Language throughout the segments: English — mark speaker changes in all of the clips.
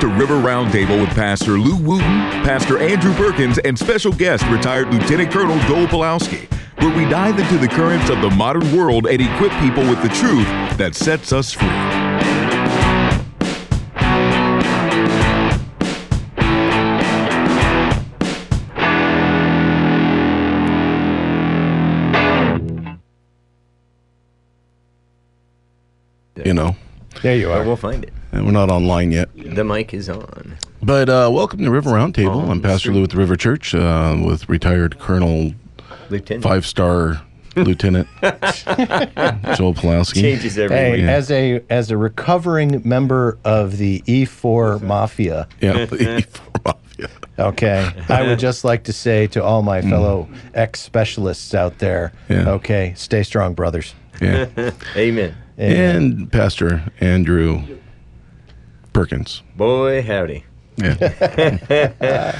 Speaker 1: to River Roundtable with Pastor Lou Wooten, Pastor Andrew Perkins, and special guest retired Lieutenant Colonel Joel Pulowski, where we dive into the currents of the modern world and equip people with the truth that sets us free.
Speaker 2: you know,
Speaker 3: There you
Speaker 4: But
Speaker 3: are.
Speaker 4: we'll find it.
Speaker 2: and we're not online yet.
Speaker 4: The mic is on.
Speaker 2: But uh, welcome to River Roundtable.
Speaker 4: On
Speaker 2: I'm
Speaker 4: the
Speaker 2: Pastor Lou with the River Church uh, with retired Colonel
Speaker 4: Lieutenant
Speaker 2: Five Star Lieutenant Joel Pulowski.
Speaker 4: changes
Speaker 3: Hey,
Speaker 4: everything.
Speaker 2: Yeah.
Speaker 3: as a as a recovering member of the E4 mafia,
Speaker 2: Yeah, the E4 Mafia.
Speaker 3: okay, I would just like to say to all my fellow ex specialists out there,
Speaker 2: Yeah.
Speaker 3: okay, stay strong, brothers.
Speaker 2: Yeah.
Speaker 4: Amen.
Speaker 2: and Pastor Andrew Perkins.
Speaker 4: Boy, howdy.
Speaker 2: Yeah.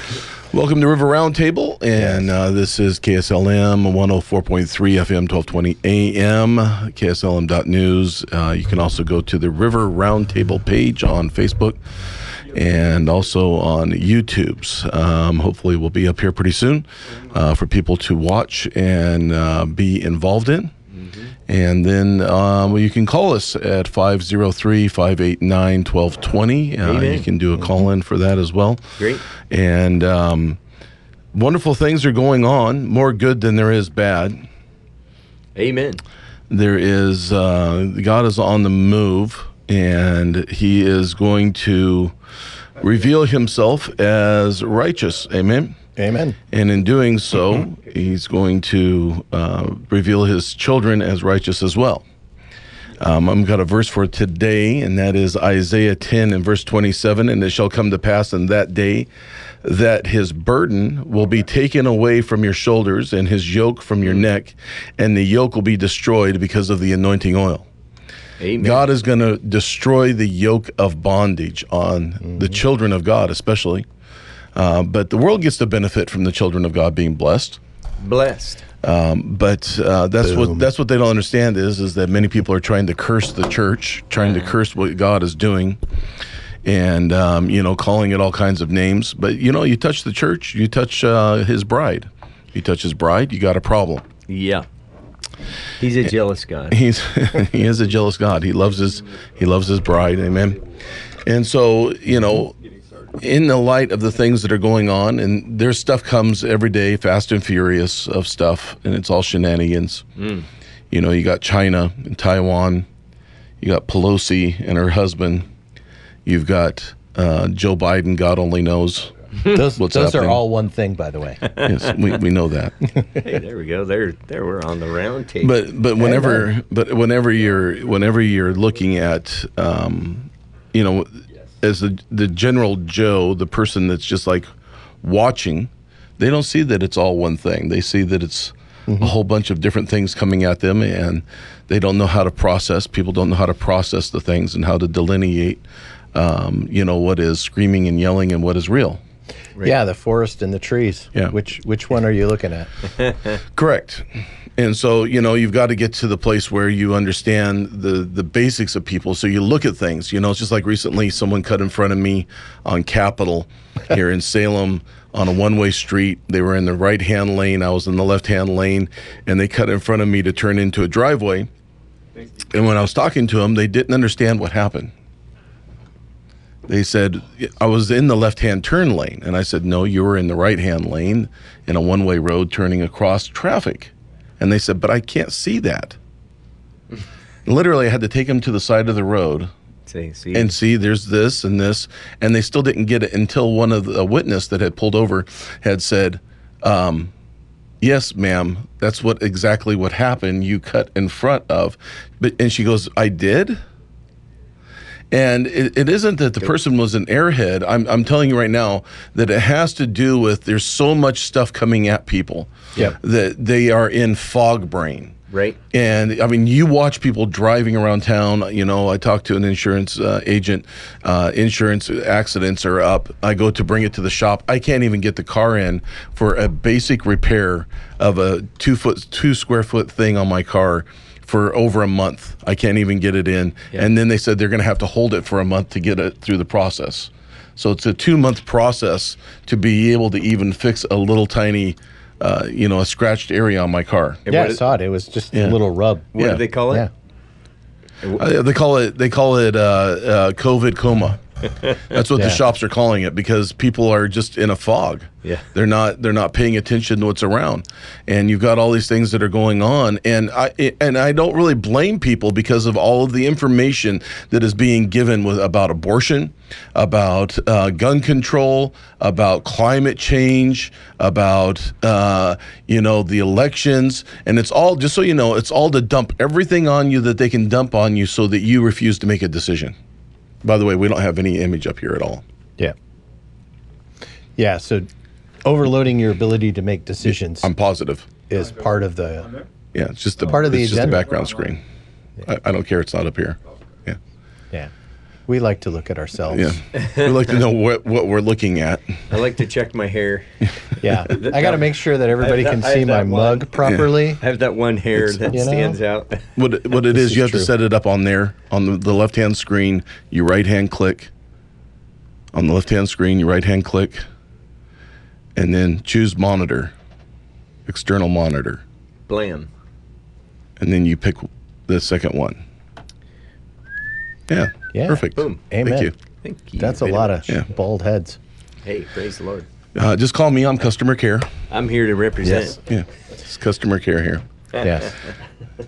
Speaker 2: Welcome to River Roundtable, and uh, this is KSLM 104.3 FM 1220 AM, KSLM.news. Uh, you can also go to the River Roundtable page on Facebook and also on YouTube's. Um, hopefully, we'll be up here pretty soon uh, for people to watch and uh, be involved in. And then um, you can call us at 503 589 1220. Uh, You
Speaker 4: Amen.
Speaker 2: can do a call in for that as well.
Speaker 4: Great.
Speaker 2: And um, wonderful things are going on, more good than there is bad.
Speaker 4: Amen.
Speaker 2: There is, uh, God is on the move, and He is going to reveal Himself as righteous. Amen.
Speaker 3: Amen.
Speaker 2: And in doing so, he's going to uh, reveal his children as righteous as well. Um, I've got a verse for today, and that is Isaiah 10 and verse 27. And it shall come to pass in that day that his burden will be taken away from your shoulders and his yoke from your neck, and the yoke will be destroyed because of the anointing oil.
Speaker 4: Amen.
Speaker 2: God is going to destroy the yoke of bondage on the children of God, especially. Uh, but the world gets to benefit from the children of God being blessed.
Speaker 4: Blessed.
Speaker 2: Um, but uh, that's what that's what they don't understand is is that many people are trying to curse the church, trying to curse what God is doing, and um, you know calling it all kinds of names. But you know, you touch the church, you touch uh, His bride. You touch His bride, you got a problem.
Speaker 4: Yeah. He's a jealous guy.
Speaker 2: he's he is a jealous God. He loves his he loves his bride. Amen. And so you know, in the light of the things that are going on, and their stuff comes every day, fast and furious of stuff, and it's all shenanigans. You know, you got China and Taiwan, you got Pelosi and her husband, you've got uh, Joe Biden. God only knows.
Speaker 3: Those,
Speaker 2: What's
Speaker 3: those are
Speaker 2: happening?
Speaker 3: all one thing, by the way.
Speaker 2: Yes, we, we know that.
Speaker 4: Hey, there we go. There, there we're on the round table.
Speaker 2: But but whenever but whenever you're whenever you're looking at um, you know as the the general Joe, the person that's just like watching, they don't see that it's all one thing. They see that it's a whole bunch of different things coming at them, and they don't know how to process. People don't know how to process the things and how to delineate. Um, you know what is screaming and yelling and what is real.
Speaker 3: Yeah, the forest and the trees.
Speaker 2: Yeah.
Speaker 3: Which which one are you looking at?
Speaker 2: Correct. And so, you know, you've got to get to the place where you understand the the basics of people. So you look at things, you know, it's just like recently someone cut in front of me on Capitol here in Salem on a one-way street. They were in the right-hand lane, I was in the left-hand lane, and they cut in front of me to turn into a driveway. And when I was talking to them, they didn't understand what happened. They said, I was in the left hand turn lane. And I said, No, you were in the right hand lane in a one way road turning across traffic. And they said, But I can't see that. Literally, I had to take them to the side of the road
Speaker 4: see, see,
Speaker 2: and see there's this and this. And they still didn't get it until one of the a witness that had pulled over had said, um, Yes, ma'am, that's what exactly what happened. You cut in front of. But, and she goes, I did? And it, it isn't that the person was an airhead. I'm, I'm telling you right now that it has to do with there's so much stuff coming at people
Speaker 3: Yep.
Speaker 2: that they are in fog brain.
Speaker 4: right.
Speaker 2: And I mean, you watch people driving around town. You know, I talked to an insurance uh, agent. Uh, insurance accidents are up. I go to bring it to the shop. I can't even get the car in for a basic repair of a two foot, two square foot thing on my car for over a month. I can't even get it in. And then they said they're going to have to hold it for a month to get it through the process. So it's a two month process to be able to even fix a little tiny, uh, you know, a scratched area on my car.
Speaker 3: yeah, I
Speaker 4: what-
Speaker 3: saw it. It was just
Speaker 2: Yeah.
Speaker 3: a little rub.
Speaker 4: What
Speaker 2: Yeah.
Speaker 4: do they call it?
Speaker 3: Yeah.
Speaker 2: Uh, they call it they call it uh, uh, COVID coma. That's what
Speaker 3: Yeah.
Speaker 2: the shops are calling it because people are just in a fog.
Speaker 4: Yeah.
Speaker 2: they're not they're not paying attention to what's around, and you've got all these things that are going on, and I it- and I don't really blame people because of all of the information that is being given with about abortion, about uh, gun control, about climate change, about uh, you know the elections, and it's all just so you know it's all to dump everything on you that they can dump on you so that you refuse to make a decision. By the way, we don't have any image up here at all.
Speaker 3: Yeah. Yeah. So overloading your ability to make decisions
Speaker 2: I'm positive.
Speaker 3: is part of the.
Speaker 2: Yeah, it's just the
Speaker 3: Part of the
Speaker 2: it's just the
Speaker 3: agenda.
Speaker 2: background screen. I, I don't care. It's not up here. Yeah,
Speaker 3: Yeah. We like to look at ourselves.
Speaker 2: yeah. we like to know what what we're looking at.
Speaker 4: I like to check my hair.
Speaker 3: Yeah. I got to make sure that everybody
Speaker 4: that-
Speaker 3: can
Speaker 4: I
Speaker 3: see
Speaker 4: have
Speaker 3: my
Speaker 4: that one.
Speaker 3: mug properly.
Speaker 4: I have that one hair that
Speaker 3: you know?
Speaker 4: stands out.
Speaker 2: What it- what it is,
Speaker 3: is
Speaker 2: you have to
Speaker 3: true.
Speaker 2: set it up on there on the, the left hand screen. You right hand click on the left hand screen. You right hand click, and then choose monitor, external monitor,
Speaker 4: Blam.
Speaker 2: and then you pick the second one. Yeah.
Speaker 3: Yeah.
Speaker 2: Perfect.
Speaker 4: Boom.
Speaker 3: Amen.
Speaker 2: Thank you.
Speaker 4: Thank you.
Speaker 3: That's a
Speaker 4: very
Speaker 3: lot
Speaker 4: much.
Speaker 3: of
Speaker 2: Yeah.
Speaker 3: bald heads.
Speaker 4: Hey, praise the Lord.
Speaker 2: Uh, just call me. I'm customer care.
Speaker 4: I'm here to represent.
Speaker 2: Yeah, it's customer care here.
Speaker 3: Yes.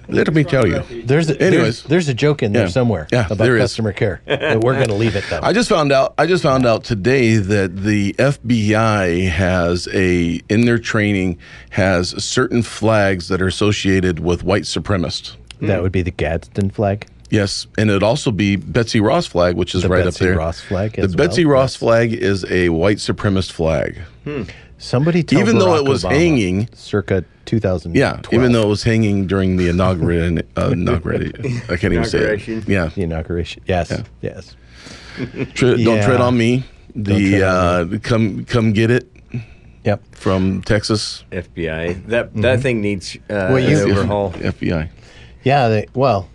Speaker 2: Let me tell you.
Speaker 3: There's a,
Speaker 2: Anyways.
Speaker 3: there's, there's a joke in there
Speaker 2: Yeah.
Speaker 3: somewhere
Speaker 2: Yeah,
Speaker 3: about
Speaker 2: there is.
Speaker 3: customer care. But we're going to leave it though.
Speaker 2: I just found out. I just found out today that the FBI has a in their training has certain flags that are associated with white supremacists.
Speaker 3: that would be the Gadsden flag.
Speaker 2: Yes, and it'd also be Betsy Ross flag, which is
Speaker 3: The
Speaker 2: right
Speaker 3: Betsy
Speaker 2: up there.
Speaker 3: Ross flag
Speaker 2: The
Speaker 3: as
Speaker 2: Betsy
Speaker 3: well,
Speaker 2: Ross flag is a white supremacist flag.
Speaker 3: Somebody tell
Speaker 2: Even though
Speaker 3: Barack
Speaker 2: it was
Speaker 3: Obama
Speaker 2: hanging-
Speaker 3: circa 2000.
Speaker 2: Yeah, even though it was hanging during the inauguration. Uh, inaugura- I can't even say
Speaker 4: Inauguration.
Speaker 2: it. Yeah,
Speaker 3: the inauguration. Yes. Yes.
Speaker 2: Tre- don't
Speaker 3: Yeah.
Speaker 2: tread on me. The
Speaker 3: tread
Speaker 2: uh,
Speaker 3: on
Speaker 2: come come get it
Speaker 3: Yep.
Speaker 2: from Texas.
Speaker 4: FBI. That that thing needs uh,
Speaker 3: Mm-hmm. you-
Speaker 4: an overhaul.
Speaker 2: FBI.
Speaker 3: Yeah. They, well,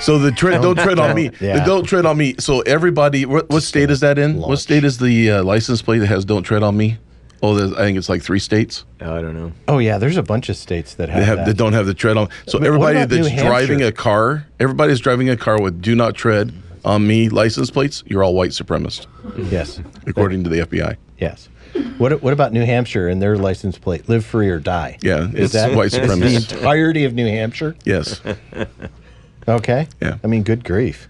Speaker 2: So the tre- don't tread on me.
Speaker 3: Yeah.
Speaker 2: The don't tread on me. So everybody, what, what state is that in? What
Speaker 3: launch.
Speaker 2: state is the uh, license plate that has "Don't Tread on Me"? Oh, there's- I think it's like three states
Speaker 4: Oh, I don't know.
Speaker 3: oh yeah, there's a bunch of states that have,
Speaker 2: that, have,
Speaker 3: that.
Speaker 2: that don't have the tread on. So
Speaker 3: But what
Speaker 2: everybody
Speaker 3: about New
Speaker 2: that's
Speaker 3: Hampshire?
Speaker 2: driving a car, everybody's driving a car with "Do not tread on me" license plates. You're all white supremacist,
Speaker 3: yes.
Speaker 2: according to the FBI.
Speaker 3: Yes. What what about New Hampshire and their license plate? Live free or die.
Speaker 2: Yeah, it's
Speaker 3: Is that
Speaker 2: white
Speaker 3: is the
Speaker 2: supremacist.
Speaker 3: entirety of New Hampshire?
Speaker 2: Yes.
Speaker 3: Okay.
Speaker 2: Yeah.
Speaker 3: I mean, good grief.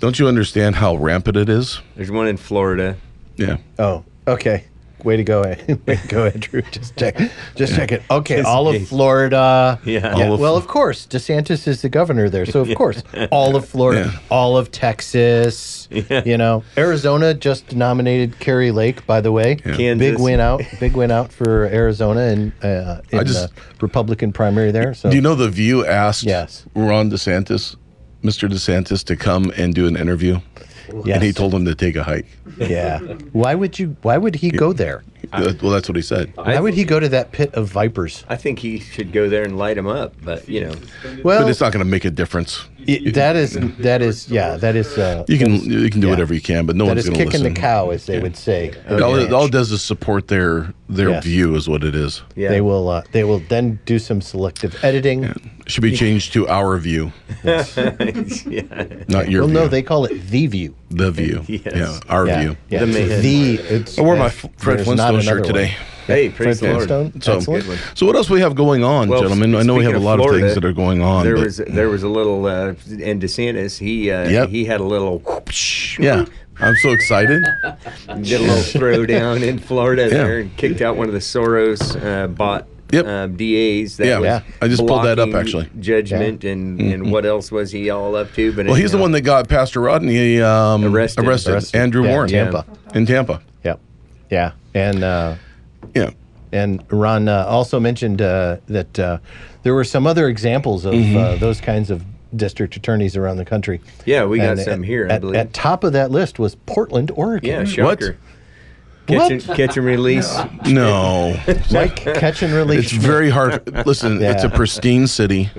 Speaker 2: Don't you understand how rampant it is?
Speaker 4: There's one in Florida.
Speaker 2: Yeah.
Speaker 3: Oh, okay. Way to go, An- way to go, Andrew. Just check, just check it. Okay, all of Florida.
Speaker 4: Yeah.
Speaker 2: All of-
Speaker 3: well, of course, DeSantis is the governor there, so of course, all of Florida,
Speaker 2: Yeah.
Speaker 3: all of Texas. You know, Arizona just nominated Carrie Lake. By the way,
Speaker 4: Kansas.
Speaker 3: big win out, big win out for Arizona in, uh, in
Speaker 2: just-
Speaker 3: the Republican primary there. So
Speaker 2: Do you know the View asked
Speaker 3: Oh. Yes.
Speaker 2: Ron DeSantis, Mr. DeSantis, to come and do an interview,
Speaker 3: Yes.
Speaker 2: and he told him to take a hike.
Speaker 3: yeah. Why would you? Why would he go there?
Speaker 2: That- Uh, well, that's what he said.
Speaker 3: Why would he go to that pit of vipers?
Speaker 4: I think he should go there and light him up, but you know,
Speaker 2: But
Speaker 3: Well,
Speaker 2: it's not going to make a difference.
Speaker 3: i- that is that is yeah, that is uh,
Speaker 2: You can you can do whatever you can, but no
Speaker 3: that
Speaker 2: one's
Speaker 3: is
Speaker 2: going to
Speaker 3: kicking
Speaker 2: listen.
Speaker 3: the cow, as they would say.
Speaker 2: All, it, all it does is support their their
Speaker 3: Yes.
Speaker 2: view, is what it is.
Speaker 4: yeah.
Speaker 3: They will. Uh, they will then do some selective editing.
Speaker 2: It should be changed to our view,
Speaker 4: yeah.
Speaker 2: not your
Speaker 3: Well,
Speaker 2: view.
Speaker 3: no, they call it the view.
Speaker 2: the view.
Speaker 4: Yes.
Speaker 2: Yeah, our
Speaker 3: Yeah,
Speaker 2: view.
Speaker 3: yeah.
Speaker 4: The
Speaker 3: it's
Speaker 4: man.
Speaker 3: The. It's,
Speaker 2: I wore my
Speaker 3: yeah,
Speaker 2: F- Fred
Speaker 3: there's
Speaker 2: Flintstone
Speaker 3: not another
Speaker 2: shirt
Speaker 3: one.
Speaker 2: today.
Speaker 4: Hey, praise
Speaker 3: Fred
Speaker 4: the Lord.
Speaker 3: Flintstone?
Speaker 2: So,
Speaker 3: Excellent.
Speaker 4: Good one.
Speaker 2: so what else we have going on,
Speaker 4: Well,
Speaker 2: gentlemen? I know we
Speaker 4: speaking
Speaker 2: have a lot of
Speaker 4: Florida,
Speaker 2: things that are going on.
Speaker 4: There
Speaker 2: but-
Speaker 4: was there was a little uh, and DeSantis. He uh,
Speaker 2: Yep.
Speaker 4: he had a little
Speaker 2: yeah, I'm so excited.
Speaker 4: did a little throwdown in Florida there and kicked out one of the Soros uh, bought
Speaker 2: Yep.
Speaker 4: uh, DAs. That
Speaker 2: Yeah.
Speaker 4: was
Speaker 2: Yeah. I just pulled that up,
Speaker 4: blocking
Speaker 2: actually. Mm-hmm.
Speaker 4: Judgment and and what else was he all up to? But
Speaker 2: Well, he's the one that got Pastor Rodney um,
Speaker 4: Arrested.
Speaker 2: arrested.
Speaker 3: Arrested.
Speaker 2: Andrew
Speaker 3: Yeah,
Speaker 2: Warren
Speaker 3: Tampa.
Speaker 2: in Tampa.
Speaker 3: Yep. Yeah, and uh,
Speaker 2: Yeah,
Speaker 3: and Ron uh, also mentioned uh, that uh, there were some other examples of uh, those kinds of district attorneys around the country.
Speaker 4: Mm-hmm. Yeah, we got
Speaker 3: And
Speaker 4: some
Speaker 3: at-
Speaker 4: here, I
Speaker 3: At,
Speaker 4: believe.
Speaker 3: at top of that list was Portland, Oregon.
Speaker 4: yeah, shocker.
Speaker 3: What?
Speaker 4: Catch, and, catch and release.
Speaker 2: no,
Speaker 3: Mike Catch and Release.
Speaker 2: it's very hard. Listen, it's a
Speaker 3: Yeah.
Speaker 2: pristine city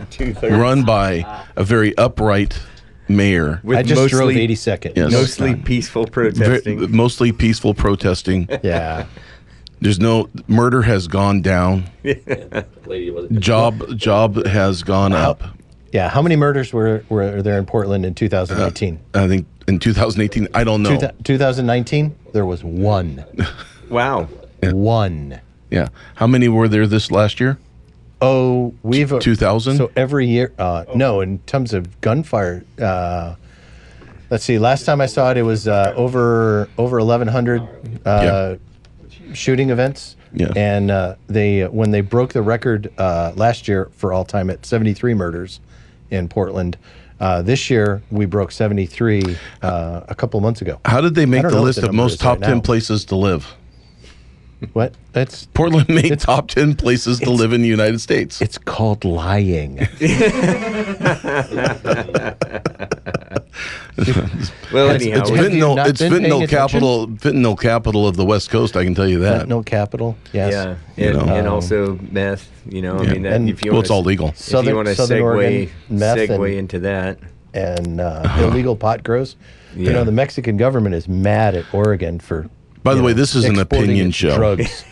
Speaker 2: run by a very upright mayor.
Speaker 4: With
Speaker 3: I just drove
Speaker 4: mostly-
Speaker 3: 82nd.
Speaker 2: Yes.
Speaker 4: Mostly peaceful protesting.
Speaker 2: Ve- mostly peaceful protesting.
Speaker 3: Yeah.
Speaker 2: There's no murder has gone down.
Speaker 5: lady was
Speaker 2: Job job has gone up.
Speaker 3: Yeah. How many murders were, were there in Portland in 2018?
Speaker 2: I think in 2018. I
Speaker 4: Uh,
Speaker 2: don't know.
Speaker 3: 2019, there was one.
Speaker 4: wow.
Speaker 3: One.
Speaker 2: Yeah. How many were there this last year?
Speaker 3: Oh, we've
Speaker 2: 2000?
Speaker 3: So every year, uh, no, in terms of gunfire, uh, let's see. Last time I saw it, it was uh, over over eleven hundred uh, shooting events.
Speaker 2: Yeah.
Speaker 3: And uh, they when they broke the record uh, last year for all time at seventy three murders in Portland. Uh, this year we broke seventy three uh, a couple months ago.
Speaker 2: How did they make
Speaker 3: don't
Speaker 2: the
Speaker 3: know what
Speaker 2: list
Speaker 3: the
Speaker 2: of
Speaker 3: number
Speaker 2: most
Speaker 3: is right
Speaker 2: top 10
Speaker 3: now.
Speaker 2: places to live?
Speaker 3: What? That's
Speaker 2: Portland made top 10 places to live in the United States.
Speaker 3: it's called lying.
Speaker 4: Well,
Speaker 2: It's,
Speaker 4: anyhow,
Speaker 2: it's
Speaker 4: we-
Speaker 3: Have you
Speaker 2: Vintnil,
Speaker 3: not
Speaker 2: it's
Speaker 3: been paying
Speaker 2: Vintnil
Speaker 3: attention?
Speaker 2: capital, Vintnil capital of the West Coast. I can tell you that.
Speaker 3: no capital. Yes.
Speaker 4: yeah,
Speaker 2: you
Speaker 4: and,
Speaker 2: know.
Speaker 4: and also meth. You know, I mean, that,
Speaker 3: And-
Speaker 4: if you
Speaker 2: well,
Speaker 4: wanna
Speaker 2: it's all
Speaker 4: s-
Speaker 2: legal.
Speaker 4: If you want to segue
Speaker 3: Oregon meth
Speaker 4: segue
Speaker 3: and-
Speaker 4: into that,
Speaker 3: and uh,
Speaker 2: Uh-huh.
Speaker 3: illegal pot grows. You
Speaker 4: Yeah.
Speaker 3: know, the Mexican government is mad at Oregon for.
Speaker 2: By the
Speaker 3: you
Speaker 2: way,
Speaker 3: know,
Speaker 2: this is an
Speaker 3: exporting
Speaker 2: opinion
Speaker 3: its
Speaker 2: show.
Speaker 3: Drugs.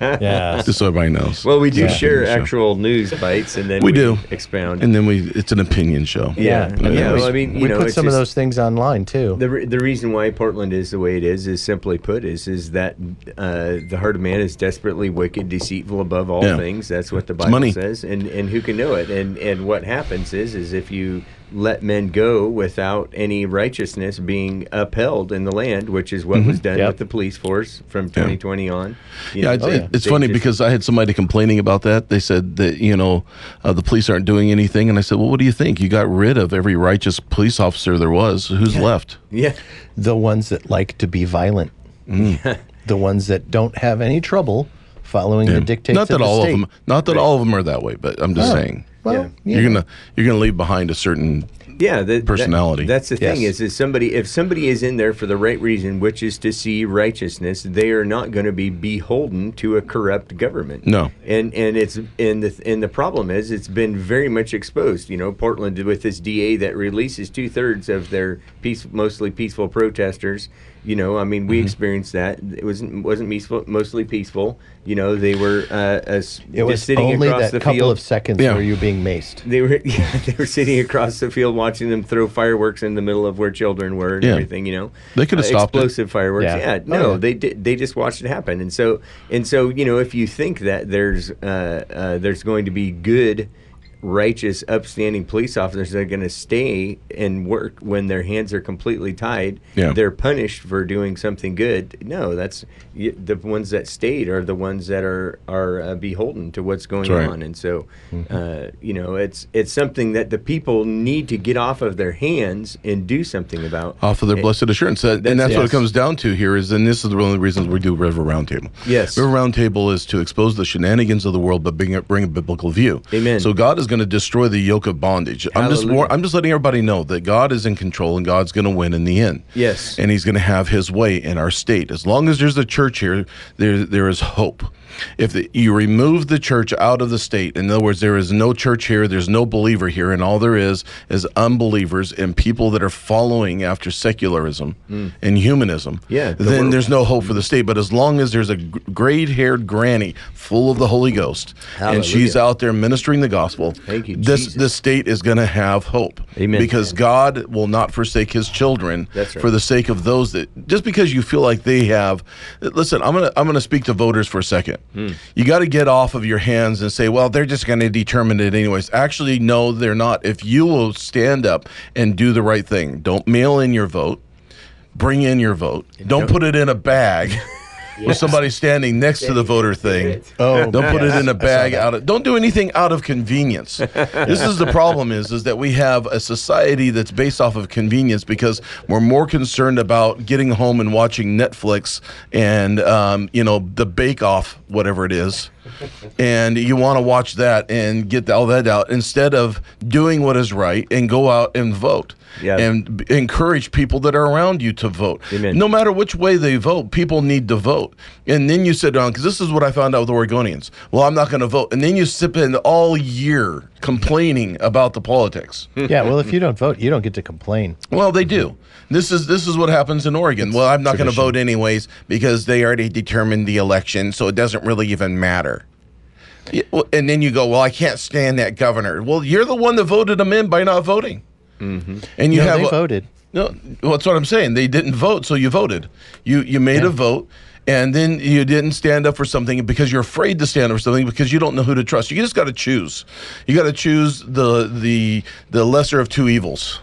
Speaker 3: yeah.
Speaker 2: Just so everybody knows.
Speaker 4: well, we do share
Speaker 2: Sure.
Speaker 4: actual news bites, and then
Speaker 2: We do.
Speaker 4: expound.
Speaker 2: and then we, it's an opinion show.
Speaker 4: yeah,
Speaker 3: Yeah.
Speaker 4: yeah.
Speaker 2: And then
Speaker 4: well,
Speaker 2: we-
Speaker 4: I mean, you
Speaker 3: we
Speaker 4: know,
Speaker 3: put
Speaker 4: it's
Speaker 3: some of
Speaker 4: just-
Speaker 3: those things online too.
Speaker 4: The, re- the reason why Portland is the way it is is simply put is is that uh, the heart of man is desperately wicked, deceitful above all
Speaker 2: Yeah.
Speaker 4: things. That's what the Bible
Speaker 2: money.
Speaker 4: says, and and who can know it? And and what happens is is if you let men go without any righteousness being upheld in the land, which is what was done
Speaker 3: Yep.
Speaker 4: with the police force from 2020 on. you
Speaker 2: Mm-hmm. Yeah,
Speaker 4: know,
Speaker 3: Oh,
Speaker 2: it's,
Speaker 4: they-
Speaker 2: it- it's
Speaker 4: they
Speaker 2: funny
Speaker 4: just-
Speaker 2: because I had somebody complaining about that. They said that you know uh, the police aren't doing anything, and I said, "Well, what do you think? You got rid of every righteous police officer there was. Who's left?"
Speaker 4: yeah,
Speaker 3: the ones that like to be violent.
Speaker 2: Mm.
Speaker 3: the ones that don't have any trouble following the dictates.
Speaker 2: Not that
Speaker 3: the
Speaker 2: all
Speaker 3: state.
Speaker 2: of them. Not that all of them are that way, but I'm just
Speaker 3: Oh,
Speaker 2: saying.
Speaker 3: Well,
Speaker 4: Yeah.
Speaker 3: yeah.
Speaker 2: You're gonna you're gonna leave behind a certain
Speaker 4: yeah the, that-
Speaker 2: Personality.
Speaker 4: that's the thing
Speaker 3: Yes.
Speaker 4: is is somebody if somebody is in there for the right reason which is to see righteousness they are not going to be beholden to a corrupt government
Speaker 2: No.
Speaker 4: and and it's and the and the problem is it's been very much exposed you know portland with this da that releases two-thirds of their peace mostly peaceful protesters you know i mean we
Speaker 3: Mm-hmm.
Speaker 4: experienced that it wasn't wasn't peaceful, mostly peaceful you know they were uh, uh s-
Speaker 3: It was
Speaker 4: just sitting
Speaker 3: only
Speaker 4: across
Speaker 3: that
Speaker 4: the
Speaker 3: couple
Speaker 4: field
Speaker 3: of seconds
Speaker 2: Yeah.
Speaker 3: where you're being maced.
Speaker 4: they were yeah, they were sitting across the field watching them throw fireworks in the middle of where children were and
Speaker 2: Yeah.
Speaker 4: everything. You know, Uh,
Speaker 2: They could have stopped it.
Speaker 4: explosive fireworks.
Speaker 3: Yeah.
Speaker 4: Yeah,
Speaker 3: Oh,
Speaker 4: no,
Speaker 3: yeah.
Speaker 4: they did. They just watched it happen, and so and so you know, if you think that there's uh, uh, there's going to be good. Righteous, upstanding police officers that are going to stay and work when their hands are completely tied.
Speaker 2: Yeah.
Speaker 4: They're punished for doing something good. No, that's y- the ones that stayed are the ones that are are uh, beholden to what's going
Speaker 2: That's right.
Speaker 4: on on. And so,
Speaker 3: Mm-hmm.
Speaker 4: uh, you know, it's it's something that the people need to get off of their hands and do something about.
Speaker 3: Oh,
Speaker 2: off of their blessed assurance. That, and that's
Speaker 4: That's-
Speaker 2: what it
Speaker 4: yes.
Speaker 2: comes down to here is, and this is one of the reasons we do River Roundtable.
Speaker 4: Yes.
Speaker 2: River Roundtable is to expose the shenanigans of the world, but bring a, bring a biblical view.
Speaker 4: Amen.
Speaker 2: So God is going to destroy the yoke of bondage. I'm just war-
Speaker 4: Hallelujah.
Speaker 2: I'm just letting everybody know that God is in control and God's going to win in the end.
Speaker 4: Yes.
Speaker 2: And He's going to have His way in our state. As long as there's a church here, there there is hope. If the, you remove the church out of the state, in other words, there is no church here, there's no believer here, and all there is is unbelievers and people that are following after secularism and humanism.
Speaker 4: Hmm. Yeah, the
Speaker 2: then
Speaker 4: world.
Speaker 2: there's no hope for the state. But as long as there's a gray-haired granny full of the Holy Ghost, and she's
Speaker 4: Hallelujah.
Speaker 2: out there ministering the gospel,
Speaker 4: Thank you,
Speaker 2: this
Speaker 4: Jesus.
Speaker 2: this state is going to have hope.
Speaker 4: Amen.
Speaker 2: Because God will not forsake His children
Speaker 4: That's right.
Speaker 2: for the sake of those that just because you feel like they have. Listen, I'm gonna I'm gonna speak to voters for a second.
Speaker 4: Hmm.
Speaker 2: You got to get off of your hands and say, well, they're just going to determine it anyways. Actually, no, they're not. If you will stand up and do the right thing, don't mail in your vote. Bring in your vote. Don't put it in a bag. With somebody standing next to the voter thing,
Speaker 3: Oh,
Speaker 2: don't put it in a bag out of don't do anything out of convenience this is the problem is is that we have a society that's based off of convenience because we're more concerned about getting home and watching netflix and um, you know the bake off whatever it is and you want to watch that and get all that out instead of doing what is right and go out and vote
Speaker 4: Yeah.
Speaker 2: and b- encourage people that are around you to vote.
Speaker 4: Amen.
Speaker 2: No matter which way they vote, people need to vote. And then you sit down because this is what I found out with Oregonians. Well, I'm not going to vote, and then you spend all year complaining about the politics.
Speaker 3: yeah, well, if you don't vote, you don't get to complain.
Speaker 2: Well, they do. This is this is what happens in Oregon. Well, I'm not going to vote anyways because they already determined the election, so it doesn't really even matter. Yeah, well, And then you go, well, I can't stand that governor. Well, you're the one that voted him in by not voting. And you
Speaker 3: no,
Speaker 2: have
Speaker 3: they
Speaker 2: a-
Speaker 3: voted.
Speaker 2: No, well, that's what I'm saying. They didn't vote, so you voted. You you made a vote, and then you didn't stand up for something because you're afraid to stand up for something because you don't know who to trust. You just got to choose. You got to choose the the the lesser of two evils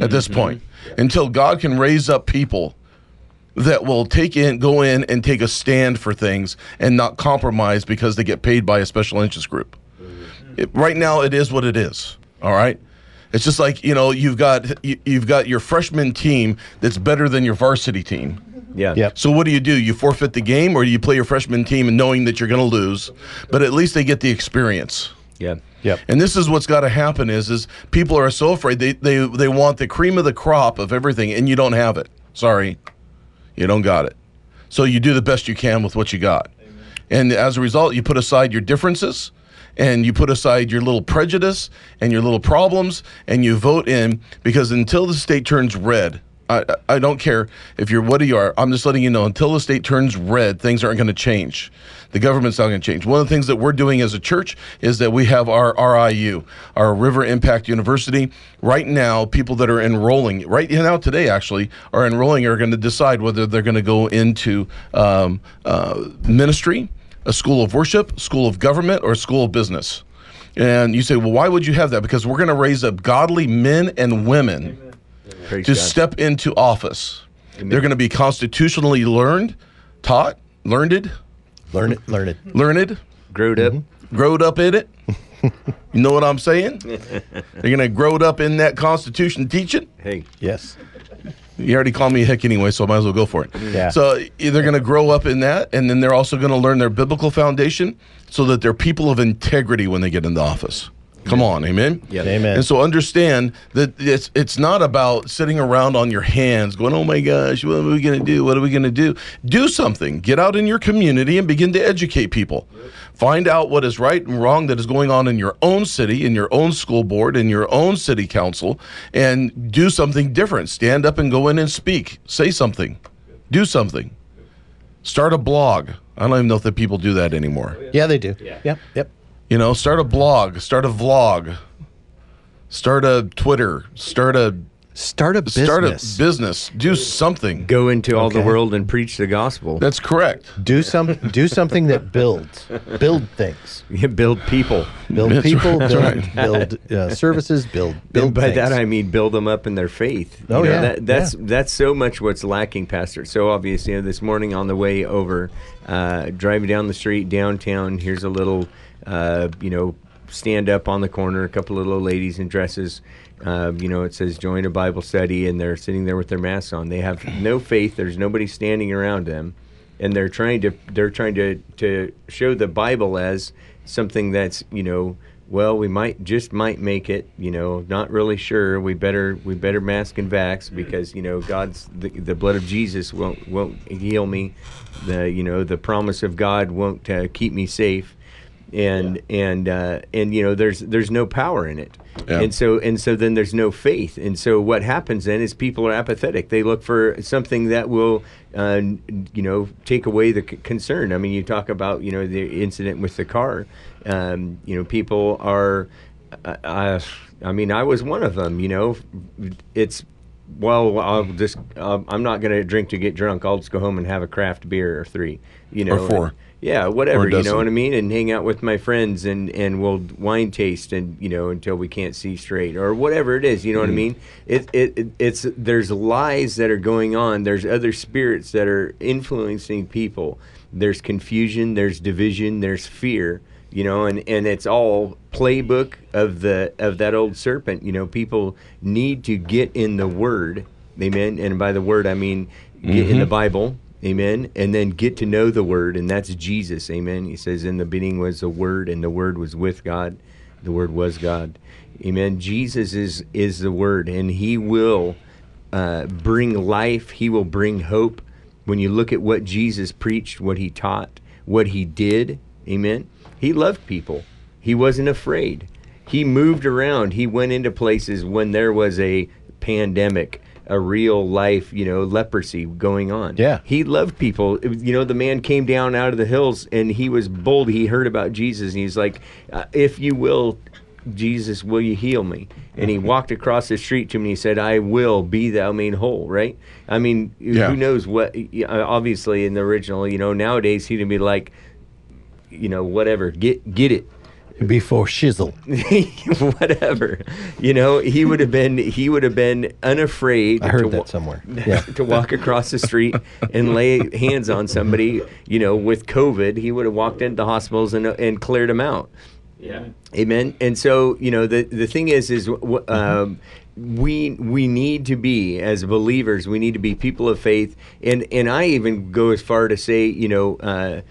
Speaker 2: at this point until God can raise up people that will take in go in and take a stand for things and not compromise because they get paid by a special interest group. It- right now it is what it is, all right? It's just like, you know, you've got you, you've got your freshman team that's better than your varsity team.
Speaker 4: Yeah.
Speaker 3: Yep.
Speaker 2: So what do you do? You forfeit the game or do you play your freshman team and knowing that you're going to lose, but at least they get the experience.
Speaker 4: Yeah.
Speaker 3: Yep.
Speaker 2: And this is what's got to happen is is people are so afraid they, they they want the cream of the crop of everything and you don't have it. Sorry. You don't got it. So you do the best you can with what you got. And as a result, you put aside your differences and you put aside your little prejudice and your little problems and you vote in because until the state turns red, I, I- I don't care if you're what you are. I'm just letting you know until the state turns red, things aren't going to change. The government's not going to change. One of the things that we're doing as a church is that we have our RIU, our River Impact University. Right now, people that are enrolling, right now today actually, are enrolling are going to decide whether they're going to go into um, uh, ministry, a school of worship, school of government, or school of business. And you say, well, why would you have that? Because we're going to raise up godly men and women
Speaker 4: Praise
Speaker 2: to
Speaker 4: God.
Speaker 2: step into office. They're going to be constitutionally learned, taught, learned,
Speaker 3: Learn it. Learn it.
Speaker 2: learned,
Speaker 4: Growed up.
Speaker 3: Mm-hmm.
Speaker 2: growed up in it. you know what I'm saying? They're going to growed up in that Constitution teaching.
Speaker 4: Hey.
Speaker 3: Yes.
Speaker 2: You already called me a hick anyway, so I might as well go for it.
Speaker 3: Yeah.
Speaker 2: So eh, they're going to grow up in that, and then they're also going to learn their biblical foundation so that they're people of integrity when they get into office. Come on, amen?
Speaker 4: Yeah.
Speaker 3: Amen.
Speaker 2: And so understand that it's it's not about sitting around on your hands going, "Oh my gosh, what are we going to do? What are we going to do?" Do something. Get out in your community and begin to educate people. Find out what is right and wrong that is going on in your own city, in your own school board, in your own city council, and do something different. Stand up and go in and speak. Say something. Do something. Start a blog. I don't even know if the people do that anymore.
Speaker 3: Yeah, they do.
Speaker 5: Yeah.
Speaker 3: Yep. Yep.
Speaker 2: You know, start a blog, start a vlog, start a Twitter, start a
Speaker 3: Start a business.
Speaker 2: start a business, do something.
Speaker 4: Go into all the
Speaker 3: Okay.
Speaker 4: world and preach the gospel.
Speaker 2: That's correct.
Speaker 3: do some. Do something that builds. Build things.
Speaker 4: You build people.
Speaker 3: Build
Speaker 2: That's
Speaker 3: people.
Speaker 2: right.
Speaker 3: Build,
Speaker 2: That's
Speaker 3: build uh, services. Build.
Speaker 4: And
Speaker 3: Build
Speaker 4: by
Speaker 3: things.
Speaker 4: that I mean build them up in their faith.
Speaker 3: Oh, yeah,
Speaker 4: that, that's that's so much what's lacking, Pastor. It's so obvious. You know, this morning on the way over, uh, driving down the street downtown, here's a little, uh, you know, stand up on the corner, a couple of little ladies in dresses. Um, you know, it says join a Bible study, and they're sitting there with their masks on. They have no faith. There's nobody standing around them, and they're trying to they're trying to to show the Bible as something that's you know well, we might just might make it. You know, not really sure. We better we better mask and vax because you know God's the, the blood of Jesus won't won't heal me. The you know the promise of God won't uh, keep me safe, and and uh, and you know there's there's no power in it.
Speaker 2: Yeah.
Speaker 4: And so and so then there's no faith. And so what happens then is people are apathetic. They look for something that will, uh, n- you know, take away the c- concern. I mean, you talk about you know the incident with the car. Um, you know, people are. Uh, I, I mean, I was one of them. You know, it's. Well, I'll just. Um, I'm not going to drink to get drunk. I'll just go home and have a craft beer or three. You know,
Speaker 2: four.
Speaker 4: Yeah, whatever. You know
Speaker 2: dozen.
Speaker 4: what I mean? And hang out with my friends and, and we'll wine taste and, you know, until we can't see straight or whatever it is. You know what I mean? It, it, it, it's, there's lies that are going on. There's other spirits that are influencing people. There's confusion. There's division. There's fear. You know, and, and it's all playbook of the of that old serpent. You know, people need to get in the word Amen. And by the word, I mean get in the Bible Amen. And then get to know the Word, and that's Jesus. Amen. He says, In the beginning was the Word, and the Word was with God. The Word was God. Amen. Jesus is, is the Word, and He will uh, bring life, He will bring hope. When you look at what Jesus preached, what He taught, what He did, Amen. He loved people, He wasn't afraid. He moved around, He went into places when there was a pandemic. A real life, you know, leprosy going on
Speaker 3: Yeah.
Speaker 4: he loved people. It was- You know, the man came down out of the hills and he was bold. He heard about Jesus and he's like, uh, If you will, Jesus, will you heal me? And he
Speaker 3: Mm-hmm.
Speaker 4: walked across the street to me and he said, I will be thou made whole, right? I mean,
Speaker 2: Yeah.
Speaker 4: who knows what, yeah, obviously, in the original, you know, nowadays he'd be like, you know, whatever, get get it,
Speaker 3: Before shizzle.
Speaker 4: whatever. You know, he would have been he would have been unafraid.
Speaker 3: I heard
Speaker 4: to
Speaker 3: that
Speaker 4: wa-
Speaker 3: somewhere. Yeah.
Speaker 4: to walk across the street and lay hands on somebody, you know, with COVID, he would have walked into hospitals and, and cleared them out.
Speaker 5: Yeah.
Speaker 4: Amen. And so, you know, the the thing is, is w- um, we we need to be as believers. We need to be people of faith. And and I even go as far to say, you know, uh,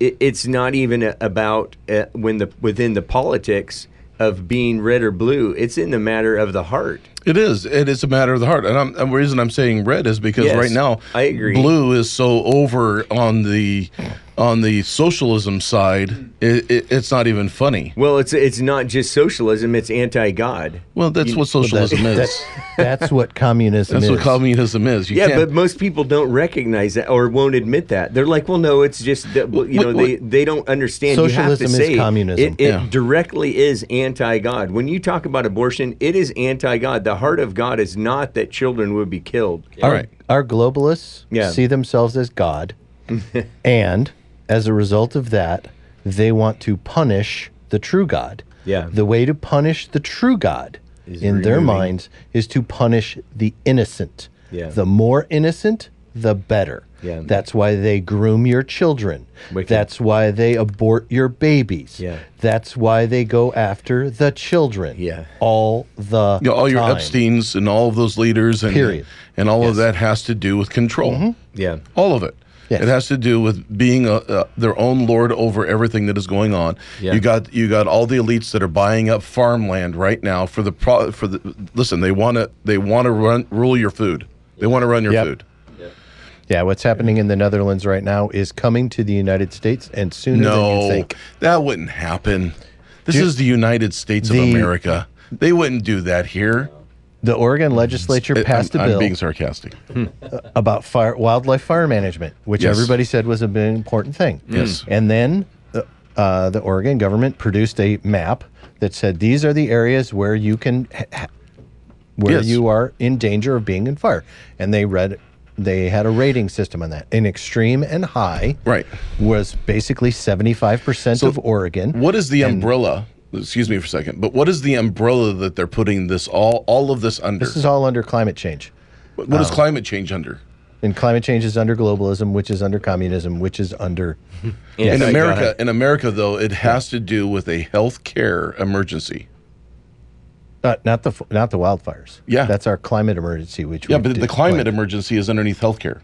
Speaker 4: it, it's not even a- about uh, when the within the politics of being red or blue. It's in the matter of the heart.
Speaker 2: It is. It is a matter of the heart, and, I'm, and the reason I'm saying red is because
Speaker 4: Yes,
Speaker 2: right now,
Speaker 4: I agree.
Speaker 2: Blue is so over on the on the socialism side. It, it, it's not even funny.
Speaker 4: Well, it's it's not just socialism. It's anti-God.
Speaker 2: Well, that's what socialism is.
Speaker 3: That's, that's what communism
Speaker 2: That's
Speaker 3: is.
Speaker 2: what communism is. You
Speaker 4: Yeah,
Speaker 2: can't-
Speaker 4: but most people don't recognize that or won't admit that. They're like, well, no, it's just that, well, you know
Speaker 2: Wh-
Speaker 4: they they don't understand. you have to
Speaker 3: Socialism is
Speaker 4: say
Speaker 3: communism.
Speaker 4: It, it
Speaker 2: Yeah.
Speaker 4: directly is anti-God. When you talk about abortion, it is anti-God. The heart of God is not that children would be killed.
Speaker 2: all right.
Speaker 3: Our globalists
Speaker 4: Yeah.
Speaker 3: see themselves as God, and as a result of that, they want to punish the true God.
Speaker 4: Yeah.
Speaker 3: The way to punish the true God
Speaker 4: Is
Speaker 3: in their
Speaker 4: removing-
Speaker 3: minds is to punish the innocent.
Speaker 4: Yeah.
Speaker 3: The more innocent, the better.
Speaker 4: Yeah.
Speaker 3: That's why they groom your children.
Speaker 4: Wicked.
Speaker 3: That's why they abort your babies.
Speaker 4: Yeah.
Speaker 3: That's why they go after the children.
Speaker 4: Yeah.
Speaker 3: All the
Speaker 2: You know, all your
Speaker 3: time.
Speaker 2: Epstein's and all of those leaders and
Speaker 3: Period.
Speaker 2: and all of that has to do with control.
Speaker 4: Yeah,
Speaker 2: All of it.
Speaker 3: Yes.
Speaker 2: It has to do with being a, uh, their own lord over everything that is going on.
Speaker 4: Yeah.
Speaker 2: You got you got all the elites that are buying up farmland right now for the pro, for the listen. They want to they want to run rule your food. They want to run your
Speaker 3: Yep.
Speaker 2: food.
Speaker 3: Yeah, what's happening in the Netherlands right now is coming to the United States and sooner than you
Speaker 2: No,
Speaker 3: think.
Speaker 2: that wouldn't happen. This is the United States of
Speaker 3: The-
Speaker 2: America. They wouldn't do that here.
Speaker 3: The Oregon legislature
Speaker 2: I-
Speaker 3: passed
Speaker 2: I'm,
Speaker 3: a bill
Speaker 2: I'm being sarcastic.
Speaker 3: about fire, wildlife fire management, which
Speaker 2: Yes. Mm.
Speaker 3: everybody said was a big important thing.
Speaker 2: Yes.
Speaker 3: And then the, uh, the Oregon government produced a map that said these are the areas where you can, ha- ha- where
Speaker 2: Yes.
Speaker 3: you are in danger of being in fire, and they read. They had a rating system on that. In extreme and high,
Speaker 2: Right.
Speaker 3: was basically seventy-five percent of Oregon.
Speaker 2: What is the umbrella? Excuse me for a second, but what is the umbrella that they're putting this all all of this under?
Speaker 3: This is Oh. all under climate change.
Speaker 2: what what is climate change under?
Speaker 3: And climate change is under globalism, which is under communism, which is under.
Speaker 4: Yes,
Speaker 2: in
Speaker 4: I got
Speaker 2: America, in America though, it has to do with a health care emergency.
Speaker 3: Uh, not the f- not the wildfires.
Speaker 2: Yeah.
Speaker 3: that's our climate emergency, which
Speaker 2: Yeah,
Speaker 3: we
Speaker 2: but
Speaker 3: did
Speaker 2: the climate
Speaker 3: plan.
Speaker 2: emergency is underneath healthcare.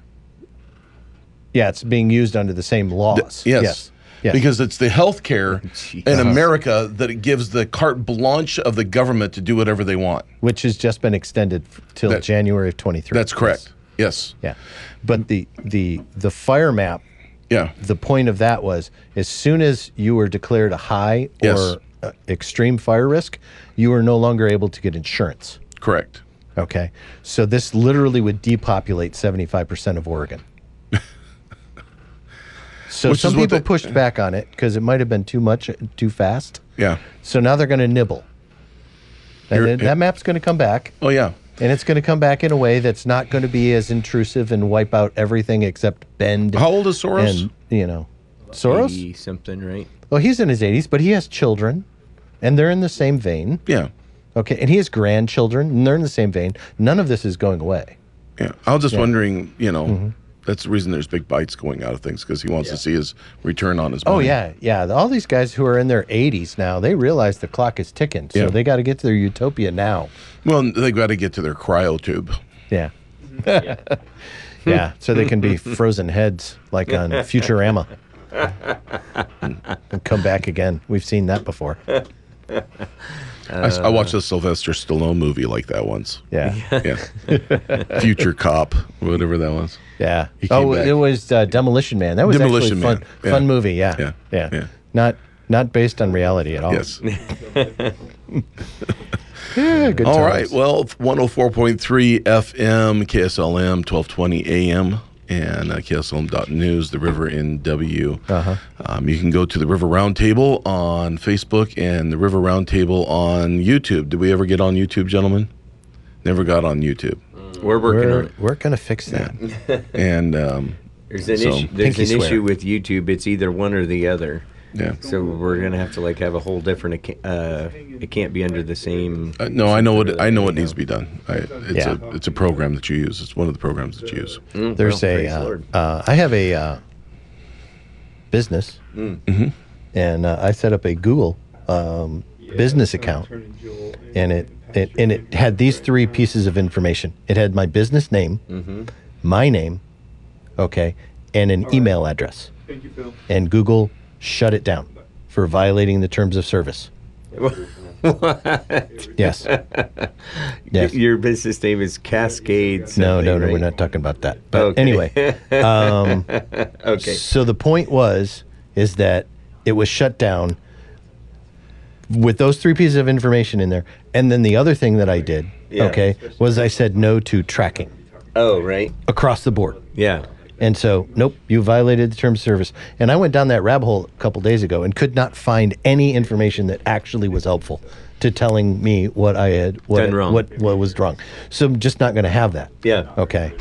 Speaker 3: yeah, it's being used under the same laws.
Speaker 2: Yes.
Speaker 3: yes, yes.
Speaker 2: Because it's the health care
Speaker 4: Jeez.
Speaker 2: in America that it gives the carte blanche of the government to do whatever they want.
Speaker 3: which has just been extended f- till
Speaker 2: That-
Speaker 3: January of twenty three.
Speaker 2: That's correct. Yes.
Speaker 3: Yeah, but the the the fire map.
Speaker 2: Yeah.
Speaker 3: The point of that was as soon as you were declared a high
Speaker 2: Yes.
Speaker 3: or uh, extreme fire risk, you were no longer able to get insurance.
Speaker 2: Correct.
Speaker 3: Okay, so this literally would depopulate seventy five percent of Oregon. So
Speaker 2: Which is
Speaker 3: some
Speaker 2: what
Speaker 3: people
Speaker 2: they-
Speaker 3: pushed back on it because it might have been too much, too fast.
Speaker 2: Yeah.
Speaker 3: So now they're going to nibble, and
Speaker 2: Here-
Speaker 3: then that map's going to come back,
Speaker 2: Oh yeah.
Speaker 3: and it's going to come back in a way that's not going to be as intrusive and wipe out everything except bend.
Speaker 2: How old is Soros?
Speaker 3: and you know, Soros.
Speaker 4: 80 something, right?
Speaker 3: Well, he's in his eighties, but he has children, and they're in the same vein.
Speaker 2: yeah.
Speaker 3: Okay, and he has grandchildren, and they're in the same vein. None of this is going away.
Speaker 2: Yeah, I was just wondering, you know, that's the reason there's big bites going out of things because he wants to see his return on his.
Speaker 3: Oh
Speaker 2: money.
Speaker 3: yeah, yeah. The- All these guys who are in their 80s now, they realize the clock is ticking, so
Speaker 2: Yeah.
Speaker 3: they got to get to their utopia now.
Speaker 2: Well, they got to get to their cryo tube.
Speaker 3: Mm-hmm. Yeah. yeah, so they can be frozen heads like on Futurama. and come back again. We've seen that before.
Speaker 2: I, s- I watched a Sylvester Stallone movie like that once.
Speaker 3: Yeah.
Speaker 2: Yeah. Future Cop, whatever that was.
Speaker 3: Yeah.
Speaker 2: He came
Speaker 3: Oh,
Speaker 2: back.
Speaker 3: it was uh, Demolition Man. That was
Speaker 2: Demolition
Speaker 3: actually a fun,
Speaker 2: Man. Yeah.
Speaker 3: fun movie. Yeah.
Speaker 2: Yeah.
Speaker 3: Yeah.
Speaker 2: Yeah.
Speaker 3: Not not based on reality at all.
Speaker 2: Yes.
Speaker 3: Yeah, good
Speaker 2: All right.
Speaker 3: times.
Speaker 2: Well, 104.3 FM, KSLM, 1220 AM, and uh, KSLM.news, The River in W. Uh-huh. Um, you can go to The River Roundtable on Facebook and The River Roundtable on YouTube. Did we ever get on YouTube, gentlemen? Never got on YouTube.
Speaker 4: We're working on
Speaker 3: We're,
Speaker 4: it.
Speaker 3: we're going to fix that.
Speaker 2: And um,
Speaker 4: There's an
Speaker 2: So,
Speaker 4: issue. There's
Speaker 3: pinky
Speaker 4: an
Speaker 3: swear.
Speaker 4: issue with YouTube. It's either one or the other.
Speaker 2: yeah.
Speaker 4: So we're gonna have to like have a whole different. acca- Uh, it can't be under the same.
Speaker 2: Uh, no, I know what I know what needs to be done. I, it's
Speaker 3: Yeah.
Speaker 2: a it's a program that you use. It's one of the programs that you use.
Speaker 4: Mm,
Speaker 3: There's
Speaker 4: well,
Speaker 3: a.
Speaker 4: praise the
Speaker 3: Uh,
Speaker 4: Lord.
Speaker 3: uh, I have a uh, business,
Speaker 4: Mm.
Speaker 3: and uh, I set up a Google um, business account, and it, it and it had these three pieces of information. It had my business name,
Speaker 4: Mm-hmm.
Speaker 3: my name, okay, and an email address.
Speaker 6: Thank you, Phil.
Speaker 3: and Google shut it down for violating the terms of service. Yes. Yes.
Speaker 4: Your business name is Cascades.
Speaker 3: No, no, no, we're not talking about that. But
Speaker 4: Okay.
Speaker 3: anyway, um,
Speaker 4: Okay.
Speaker 3: so the point was is that it was shut down with those three pieces of information in there. And then the other thing that I did,
Speaker 4: Yeah.
Speaker 3: okay, was I said no to tracking
Speaker 4: Oh, right.
Speaker 3: across the board.
Speaker 4: Yeah.
Speaker 3: And so, nope, you violated the terms of service. And I went down that rabbit hole a couple days ago and could not find any information that actually was helpful to telling me what I had what
Speaker 4: Done wrong.
Speaker 3: what what was wrong. So I'm just not going to have that.
Speaker 4: Yeah.
Speaker 3: Okay.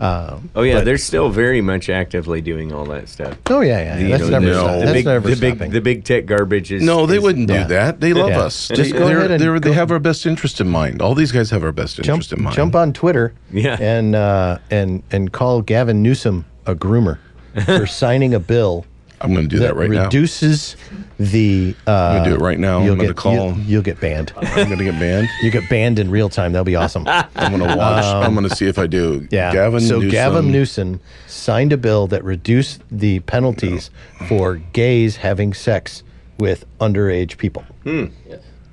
Speaker 3: Um,
Speaker 4: Oh, yeah.
Speaker 3: Oh, but-
Speaker 4: they're still very much actively doing all that stuff.
Speaker 3: oh yeah, yeah. yeah.
Speaker 2: You
Speaker 3: That's
Speaker 2: know,
Speaker 3: never.
Speaker 2: no.
Speaker 3: stop-
Speaker 2: The
Speaker 3: That's
Speaker 4: big,
Speaker 3: never
Speaker 4: the
Speaker 3: stopping.
Speaker 4: big, the big tech garbage is.
Speaker 2: No, they
Speaker 4: is-
Speaker 2: wouldn't
Speaker 3: yeah.
Speaker 2: do that. They love
Speaker 3: Yeah.
Speaker 2: us. they,
Speaker 3: Just go
Speaker 2: they're-
Speaker 3: ahead and
Speaker 2: they're- they
Speaker 3: go-
Speaker 2: have our best interest in mind. All these guys have our best
Speaker 3: jump
Speaker 2: interest in mind.
Speaker 3: jump on Twitter.
Speaker 4: Yeah.
Speaker 3: And uh, and and call Gavin Newsom a groomer for signing a bill.
Speaker 2: I'm going to do that, right now.
Speaker 3: reduces the. Uh, I'm
Speaker 2: gonna do it right now. I'm
Speaker 3: You'll
Speaker 2: gonna
Speaker 3: get
Speaker 2: call-
Speaker 3: You, will get banned.
Speaker 2: I'm going to get banned.
Speaker 3: You get banned in real time. That'll be awesome.
Speaker 2: I'm going to watch. I'm going to see if I do.
Speaker 3: Um, Yeah.
Speaker 2: Gavin.
Speaker 3: so
Speaker 2: Newsom,
Speaker 3: Gavin Newsom signed a bill that reduced the penalties for gays having sex with underage people.
Speaker 2: Hmm.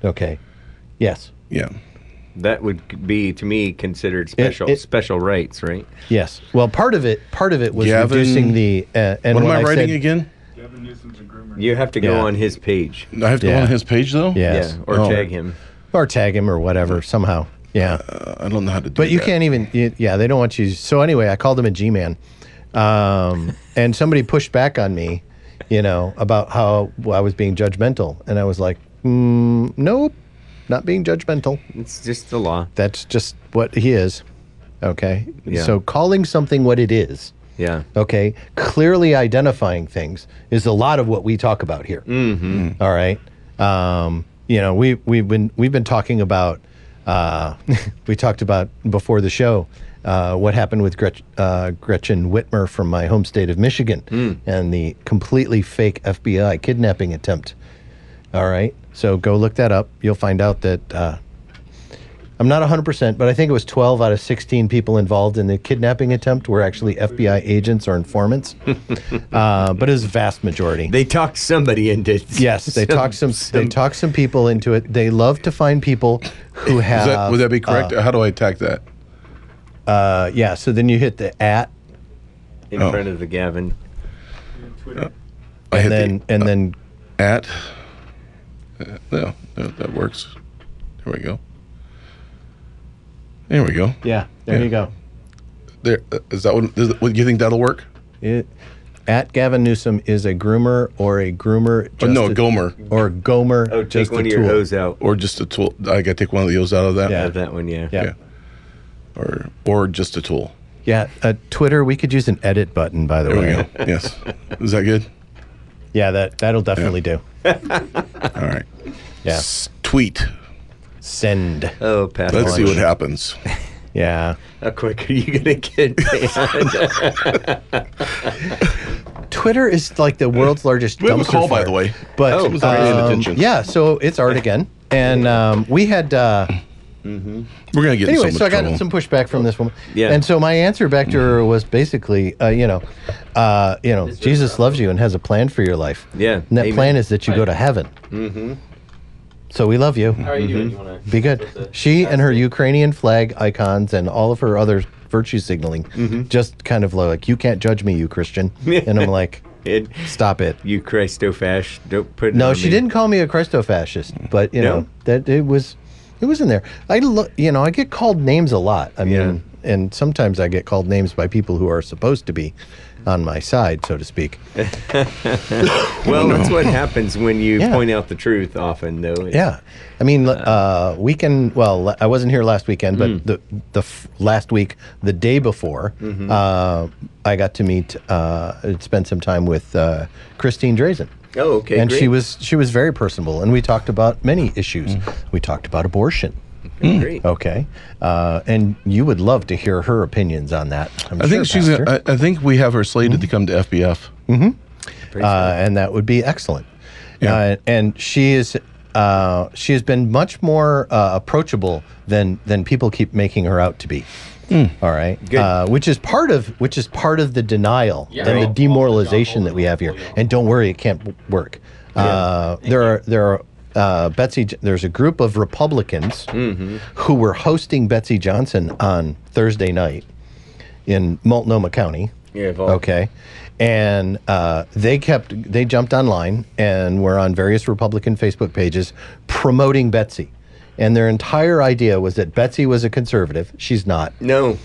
Speaker 3: Okay. Yes.
Speaker 2: Yeah.
Speaker 4: That would be, to me, considered special
Speaker 3: it-
Speaker 4: special rights, right?
Speaker 3: Yes. Well, part of it, part of it was
Speaker 2: Gavin-
Speaker 3: reducing the. Uh, and
Speaker 2: What am
Speaker 3: when
Speaker 2: I writing
Speaker 3: said-
Speaker 2: again?
Speaker 6: Gavin Newsom's a groomer.
Speaker 4: You have to go
Speaker 3: Yeah.
Speaker 4: on his page.
Speaker 2: I have to go
Speaker 3: Yeah.
Speaker 2: on his page though.
Speaker 3: Yes.
Speaker 4: Yeah. Or
Speaker 2: Oh.
Speaker 4: tag him.
Speaker 3: Or tag him or whatever somehow. Yeah.
Speaker 2: Uh, I don't know how to do.
Speaker 3: But you
Speaker 2: that.
Speaker 3: can't even. You, yeah, they don't want you. So anyway, I called him a G-man, um, and somebody pushed back on me, you know, about how I was being judgmental, and I was like, mm, nope, not being judgmental.
Speaker 4: It's just the law.
Speaker 3: That's just what he is. Okay.
Speaker 4: Yeah.
Speaker 3: So calling something what it is.
Speaker 4: Yeah.
Speaker 3: Okay. Clearly identifying things is a lot of what we talk about here. Mm-hmm. right. Um, you know, we we've been we've been talking about uh, we talked about before the show uh, what happened with Gretch, uh, Gretchen Whitmer from my home state of Michigan and the completely fake FBI kidnapping attempt. All right. So go look that up. You'll find out that uh, I'm not 100%, but I think it was 12 out of 16 people involved in the kidnapping attempt were actually FBI agents or informants. uh, but it was a vast majority.
Speaker 4: They talked somebody into.
Speaker 3: yes, they talked some, they talked some people into it. They love to find people who
Speaker 2: Is
Speaker 3: have
Speaker 2: that, would that be correct? how do I attack that?
Speaker 3: uh, yeah, so then you hit the at
Speaker 4: in
Speaker 2: Oh.
Speaker 4: front of the Gavin.
Speaker 6: Twitter.
Speaker 2: I hit
Speaker 3: and then
Speaker 2: the, Uh,
Speaker 3: and then
Speaker 2: at. Uh, no, no, that works. There we go. There we go.
Speaker 3: yeah, there you go.
Speaker 2: There uh, is that one. Is, what, you think that'll work?
Speaker 3: It, at Gavin Newsom is a groomer or a groomer
Speaker 2: Oh, no,
Speaker 3: just a-
Speaker 2: Gomer.
Speaker 3: or Gomer
Speaker 4: Oh, take
Speaker 3: just
Speaker 4: one of
Speaker 3: a
Speaker 4: your
Speaker 3: tool.
Speaker 4: hose out.
Speaker 2: Or just a tool. I got to take one of the O's out of that.
Speaker 3: Yeah.
Speaker 4: Have that one, yeah.
Speaker 3: Yeah.
Speaker 2: Yeah. Or or just a tool.
Speaker 3: Yeah, uh, Twitter. We could use an edit button, by the
Speaker 2: There we
Speaker 3: way.
Speaker 2: go. Yes. Is that good?
Speaker 3: Yeah, that that'll definitely do.
Speaker 2: All right.
Speaker 3: Yeah,
Speaker 2: S- tweet.
Speaker 3: send.
Speaker 4: Oh, Pat.
Speaker 2: Let's see what
Speaker 4: Lynch.
Speaker 2: happens.
Speaker 3: Yeah,
Speaker 4: How quick are you gonna get?
Speaker 3: Twitter is like the world's largest.
Speaker 2: We have a
Speaker 3: dumpster
Speaker 2: call, by
Speaker 3: fire.
Speaker 2: the way. Oh,
Speaker 3: But
Speaker 2: Someone's not paying
Speaker 3: Oh, um,
Speaker 2: attention.
Speaker 3: yeah, so it's art again, and um, we had uh,
Speaker 2: We're gonna get
Speaker 3: anyway,
Speaker 2: in so,
Speaker 3: so I
Speaker 2: much
Speaker 3: got
Speaker 2: trouble.
Speaker 3: some pushback from this woman.
Speaker 4: Yeah.
Speaker 3: And so my answer back to her was basically, uh, you know, uh, you know,
Speaker 5: It's your
Speaker 3: Jesus
Speaker 5: problem.
Speaker 3: loves you and has a plan for your life.
Speaker 4: Yeah,
Speaker 3: And that
Speaker 4: amen.
Speaker 3: plan is that you go to heaven. Mm-hmm. So we love you.
Speaker 5: How are you doing? You wanna
Speaker 3: Be good.
Speaker 5: That's it.
Speaker 3: She and her
Speaker 5: That's it.
Speaker 3: Ukrainian flag icons and all of her other virtue signaling just kind of like, you can't judge me, you Christian. and I'm like,
Speaker 4: It,
Speaker 3: stop it.
Speaker 4: you Christofash, don't put. it
Speaker 3: No,
Speaker 4: on
Speaker 3: she
Speaker 4: me.
Speaker 3: didn't call me a Christo fascist, but you
Speaker 4: No?
Speaker 3: know that it was it was in there. I look, you know, I get called names a lot. I mean,
Speaker 4: Yeah.
Speaker 3: and sometimes I get called names by people who are supposed to be on my side, so to speak.
Speaker 4: Eh. Well, that's what happens when you
Speaker 3: Yeah.
Speaker 4: point out the truth. Often, though. It's-
Speaker 3: Yeah, I mean, uh, weekend. Well, I wasn't here last weekend, but
Speaker 4: Mm.
Speaker 3: the the f- last week, the day before,
Speaker 4: Mm-hmm.
Speaker 3: uh, I got to meet, uh, spend some time with uh, Christine Drazen.
Speaker 4: Oh, okay.
Speaker 3: and she
Speaker 4: great, Mm.
Speaker 3: was she was very personable, and we talked about many issues. We talked about abortion. Mm.
Speaker 4: great.
Speaker 3: Okay, uh, and you would love to hear her opinions on that. I'm
Speaker 2: I
Speaker 3: sure, Mm-hmm.
Speaker 2: think she's.
Speaker 3: Pastor.
Speaker 2: I, I think we have her slated to come to FBF.
Speaker 4: Praise
Speaker 3: uh, and that would be excellent.
Speaker 2: Yeah.
Speaker 3: Uh, and she is uh, she has been much more uh, approachable than than people keep making her out to be.
Speaker 2: Hmm.
Speaker 3: All right,
Speaker 4: Good.
Speaker 3: Uh, which is part of which is part of the denial
Speaker 5: Yeah.
Speaker 3: and the
Speaker 5: Right.
Speaker 3: demoralization that we have here.
Speaker 5: Yeah.
Speaker 3: And don't worry, it can't w- work. Uh, there are there are. Uh, Betsy, J- there's a group of Republicans
Speaker 5: Hmm.
Speaker 3: who were hosting Betsy Johnson on Thursday night in Multnomah County.
Speaker 4: Yeah, Vol.
Speaker 3: Okay. And uh, they kept, they jumped online and were on various Republican Facebook pages promoting Betsy. And their entire idea was that Betsy was a conservative. She's not.
Speaker 4: No.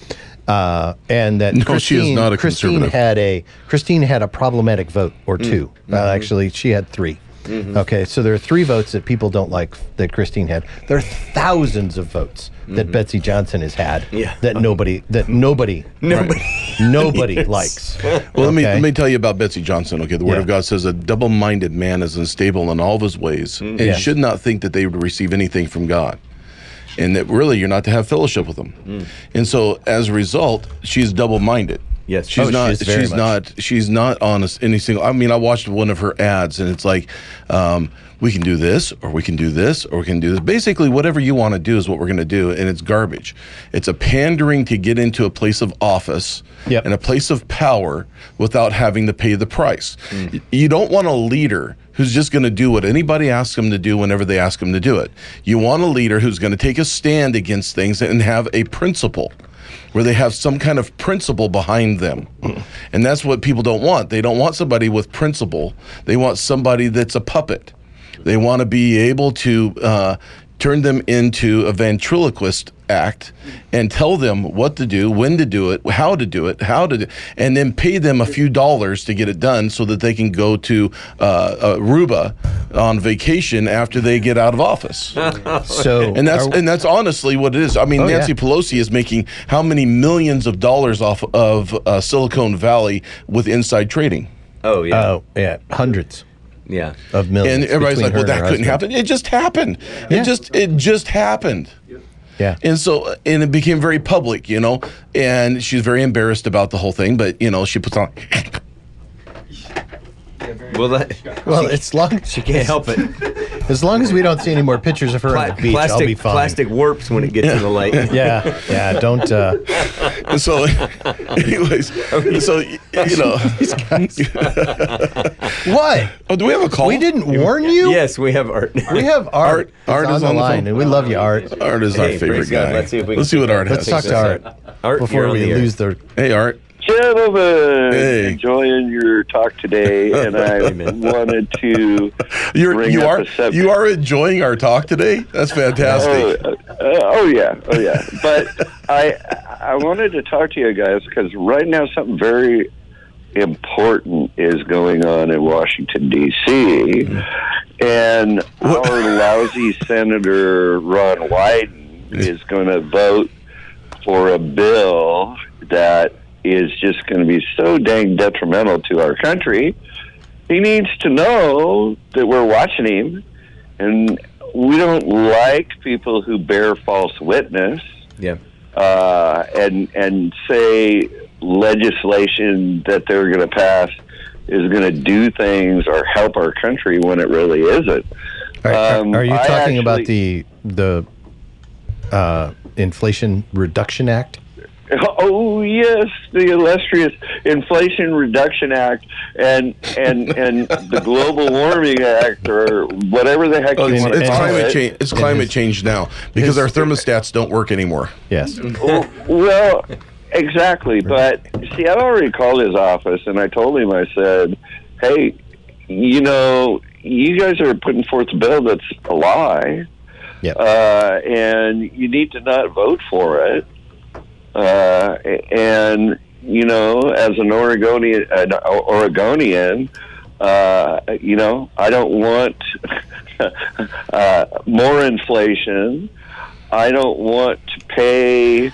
Speaker 3: Uh, and that
Speaker 2: No, she
Speaker 3: Christine,
Speaker 2: is not a
Speaker 3: Christine
Speaker 2: conservative.
Speaker 3: had a Christine had a problematic vote or
Speaker 4: Mm.
Speaker 3: 2 Well,
Speaker 4: Mm-hmm.
Speaker 3: actually, she had 3 Okay, so there are three votes that people don't like that Christine had. There are thousands of votes that Betsy Johnson has had
Speaker 4: Mm-hmm. Yeah.
Speaker 3: that nobody that nobody
Speaker 4: Nobody.
Speaker 3: nobody likes.
Speaker 2: Well, let me
Speaker 3: Okay.
Speaker 2: let me tell you about Betsy Johnson. Okay, the Word
Speaker 3: Yeah.
Speaker 2: of God says a double-minded man is unstable in all of his ways, and
Speaker 3: Yes.
Speaker 2: should not think that they would receive anything from God, and that really you're not to have fellowship with them. And so, as a result, she's double-minded.
Speaker 4: Yes.
Speaker 2: she's
Speaker 4: Oh, she
Speaker 2: not.
Speaker 3: is very
Speaker 2: she's
Speaker 3: much.
Speaker 2: not. She's not on a s- any single. I mean, I watched one of her ads, and it's like. Um, we can do this, or we can do this, or we can do this. Basically, whatever you want to do is what we're going to do, and it's garbage. It's a pandering to get into a place of office
Speaker 3: Yep.
Speaker 2: and a place of power without having to pay the price. Y- You don't want a leader who's just going to do what anybody asks him to do whenever they ask him to do it. You want a leader who's going to take a stand against things and have a principle. Where they have some kind of principle behind them. And that's what people don't want. They don't want somebody with principle. They want somebody that's a puppet. They want to be able to uh, turn them into a ventriloquist act and tell them what to do, when to do it, how to do it, how to do, and then pay them a few dollars to get it done so that they can go to uh, Aruba on vacation after they get out of office.
Speaker 3: So
Speaker 2: And that's
Speaker 3: are-
Speaker 2: and that's honestly what it is. I mean,
Speaker 3: Oh, yeah.
Speaker 2: Nancy Pelosi is making how many millions of dollars off of uh, Silicon Valley with inside trading.
Speaker 4: Oh yeah.
Speaker 3: oh yeah, hundreds
Speaker 4: yeah.
Speaker 3: of millions.
Speaker 2: and everybody's
Speaker 3: between
Speaker 2: like,
Speaker 3: her
Speaker 2: "Well,
Speaker 3: and
Speaker 2: that
Speaker 3: her
Speaker 2: couldn't
Speaker 3: husband."
Speaker 2: happen. It just happened.
Speaker 3: Yeah.
Speaker 2: It just it just happened."
Speaker 3: Yeah,
Speaker 2: And so, and it became very public, you know. And she's very embarrassed about the whole thing, but you know, she puts on.
Speaker 4: Well, that
Speaker 3: well, it's long. She
Speaker 4: can't help it.
Speaker 3: As long as we don't see any more pictures of her on
Speaker 4: Pla-
Speaker 3: the beach,
Speaker 4: plastic
Speaker 3: I'll be fine.
Speaker 4: plastic warps when it gets in the light.
Speaker 3: Yeah, yeah. Don't. Uh,
Speaker 2: And so, anyways, so y- you know.
Speaker 3: what?
Speaker 2: Oh, do we have a call?
Speaker 3: We didn't warn you.
Speaker 4: Yes, we have art.
Speaker 3: We have Art.
Speaker 2: Art- Art
Speaker 3: He's
Speaker 2: is on
Speaker 3: on
Speaker 2: the
Speaker 3: the line,
Speaker 2: phone.
Speaker 3: and we love you, Art.
Speaker 2: Art is
Speaker 4: Hey,
Speaker 2: our favorite
Speaker 4: praise God.
Speaker 2: guy.
Speaker 4: Let's see if we can-
Speaker 2: what Art
Speaker 3: Let's
Speaker 2: has.
Speaker 3: talk to Art
Speaker 4: Art
Speaker 3: before we lose the.
Speaker 2: Hey, Art.
Speaker 7: Gentlemen,
Speaker 2: Hey.
Speaker 7: enjoying your talk today, and I wanted to.
Speaker 2: You're
Speaker 7: bring
Speaker 2: you
Speaker 7: up
Speaker 2: are
Speaker 7: a subject.
Speaker 2: you are enjoying our talk today. That's
Speaker 7: Oh,
Speaker 2: fantastic.
Speaker 7: uh, oh yeah, oh yeah. But I I wanted to talk to you guys because right now something very important is going on in Washington D.C. and our lousy Senator Ron Wyden is going to vote for a bill that is just going to be so dang detrimental to our country. He needs to know that we're watching him, and we don't like people who bear false witness
Speaker 4: Yeah.
Speaker 7: uh, and and say legislation that they're going to pass is going to do things or help our country when it really isn't.
Speaker 3: All right,
Speaker 7: Um,
Speaker 3: are, are you
Speaker 7: I
Speaker 3: talking about
Speaker 7: actually-
Speaker 3: the the uh, Inflation Reduction Act?
Speaker 7: Oh yes, the illustrious Inflation Reduction Act and and and the Global Warming Act or whatever the heck
Speaker 2: Oh,
Speaker 7: you
Speaker 2: it's,
Speaker 7: want to
Speaker 2: it's
Speaker 7: call
Speaker 2: climate
Speaker 7: it.
Speaker 2: change. It's climate change now because our thermostats don't work anymore.
Speaker 3: Yes.
Speaker 7: well, exactly. But see, I'd already called his office and I told him, I said, hey, you know, you guys are putting forth a bill that's a lie.
Speaker 3: Yep.
Speaker 7: Uh, and you need to not vote for it. Uh, and, you know, as an Oregonian, an Oregonian, uh, you know, I don't want uh, more inflation. I don't want to pay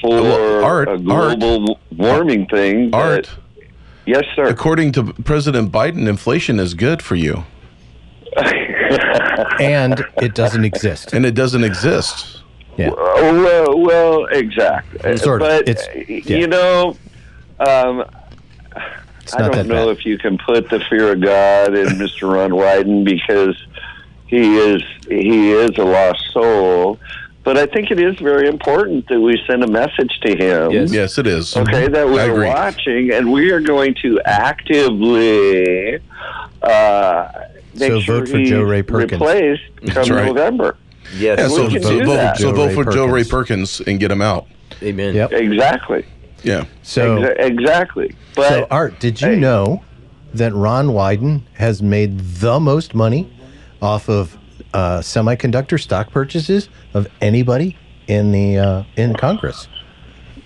Speaker 7: for
Speaker 2: Well, art-
Speaker 7: a global warming thing. that-
Speaker 2: Art,
Speaker 7: yes, sir.
Speaker 2: according to President Biden, inflation is good for you,
Speaker 3: And it doesn't exist.
Speaker 2: and it doesn't exist.
Speaker 3: Yeah.
Speaker 7: Oh, well, well, exactly.
Speaker 3: Sort of.
Speaker 7: But
Speaker 3: It's- yeah.
Speaker 7: you know, um,
Speaker 3: It's
Speaker 7: I
Speaker 3: not
Speaker 7: don't
Speaker 3: that
Speaker 7: know
Speaker 3: bad.
Speaker 7: if you can put the fear of God in Mr. Ron Wyden because he is he is a lost soul. But I think it is very important that we send a message to him.
Speaker 4: Yes.
Speaker 2: Yes, it is.
Speaker 7: Okay, that
Speaker 2: I
Speaker 7: we're
Speaker 2: agree.
Speaker 7: watching, and we are going to actively uh, make
Speaker 3: So
Speaker 7: sure
Speaker 3: vote for
Speaker 7: he's
Speaker 3: Joe Ray Perkins.
Speaker 7: replaced come
Speaker 2: right.
Speaker 7: November.
Speaker 4: Yes.
Speaker 2: Yeah,
Speaker 7: We
Speaker 2: so
Speaker 7: can
Speaker 2: so
Speaker 7: do
Speaker 2: vote,
Speaker 7: that.
Speaker 2: so
Speaker 3: Joe
Speaker 2: vote
Speaker 3: Ray
Speaker 2: for Joe Ray
Speaker 3: Perkins.
Speaker 2: Perkins and get him out.
Speaker 4: Amen.
Speaker 3: Yep.
Speaker 7: Exactly.
Speaker 2: Yeah.
Speaker 3: So,
Speaker 7: Exa- exactly. But
Speaker 3: so Art, did you
Speaker 7: Hey.
Speaker 3: know that Ron Wyden has made the most money off of uh, semiconductor stock purchases of anybody in the uh, in Congress?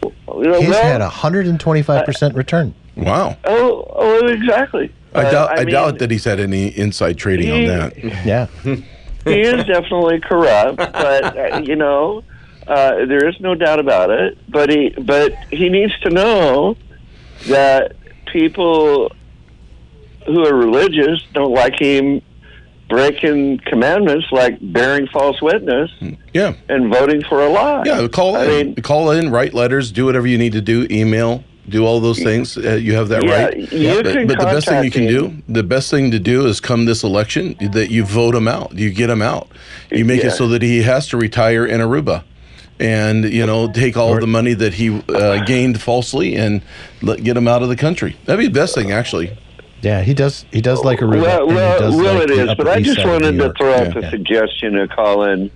Speaker 7: you know,
Speaker 3: He's
Speaker 7: well,
Speaker 3: had a hundred and twenty-five percent return.
Speaker 2: Wow.
Speaker 7: Oh, oh, exactly.
Speaker 2: I
Speaker 7: Uh,
Speaker 2: doubt. I,
Speaker 7: mean,
Speaker 2: doubt that he's had any inside trading on
Speaker 7: He-
Speaker 2: that.
Speaker 3: Yeah.
Speaker 7: he is definitely corrupt, but uh, you know, uh, there is no doubt about it. But he, but he needs to know that people who are religious don't like him breaking commandments, like bearing false witness
Speaker 2: Yeah.
Speaker 7: and voting for a lie.
Speaker 2: Yeah. Call
Speaker 7: I
Speaker 2: in.
Speaker 7: mean,
Speaker 2: call in. Write letters. Do whatever you need to do. Email. Do all those things. Uh, you have that
Speaker 7: Yeah,
Speaker 2: right.
Speaker 7: you Yeah.
Speaker 2: but
Speaker 7: can
Speaker 2: but the best thing you
Speaker 7: contact
Speaker 2: can do,
Speaker 7: him.
Speaker 2: the best thing to do is come this election that you vote him out. You get him out. You make
Speaker 7: Yeah.
Speaker 2: it so that he has to retire in Aruba. And you know, take all the money that he uh, gained falsely and let, get him out of the country. That'd be the best thing, actually.
Speaker 3: Yeah, he does. He does like a
Speaker 7: Well, well, well it is, but I just wanted to throw out the
Speaker 3: Yeah.
Speaker 7: suggestion of calling,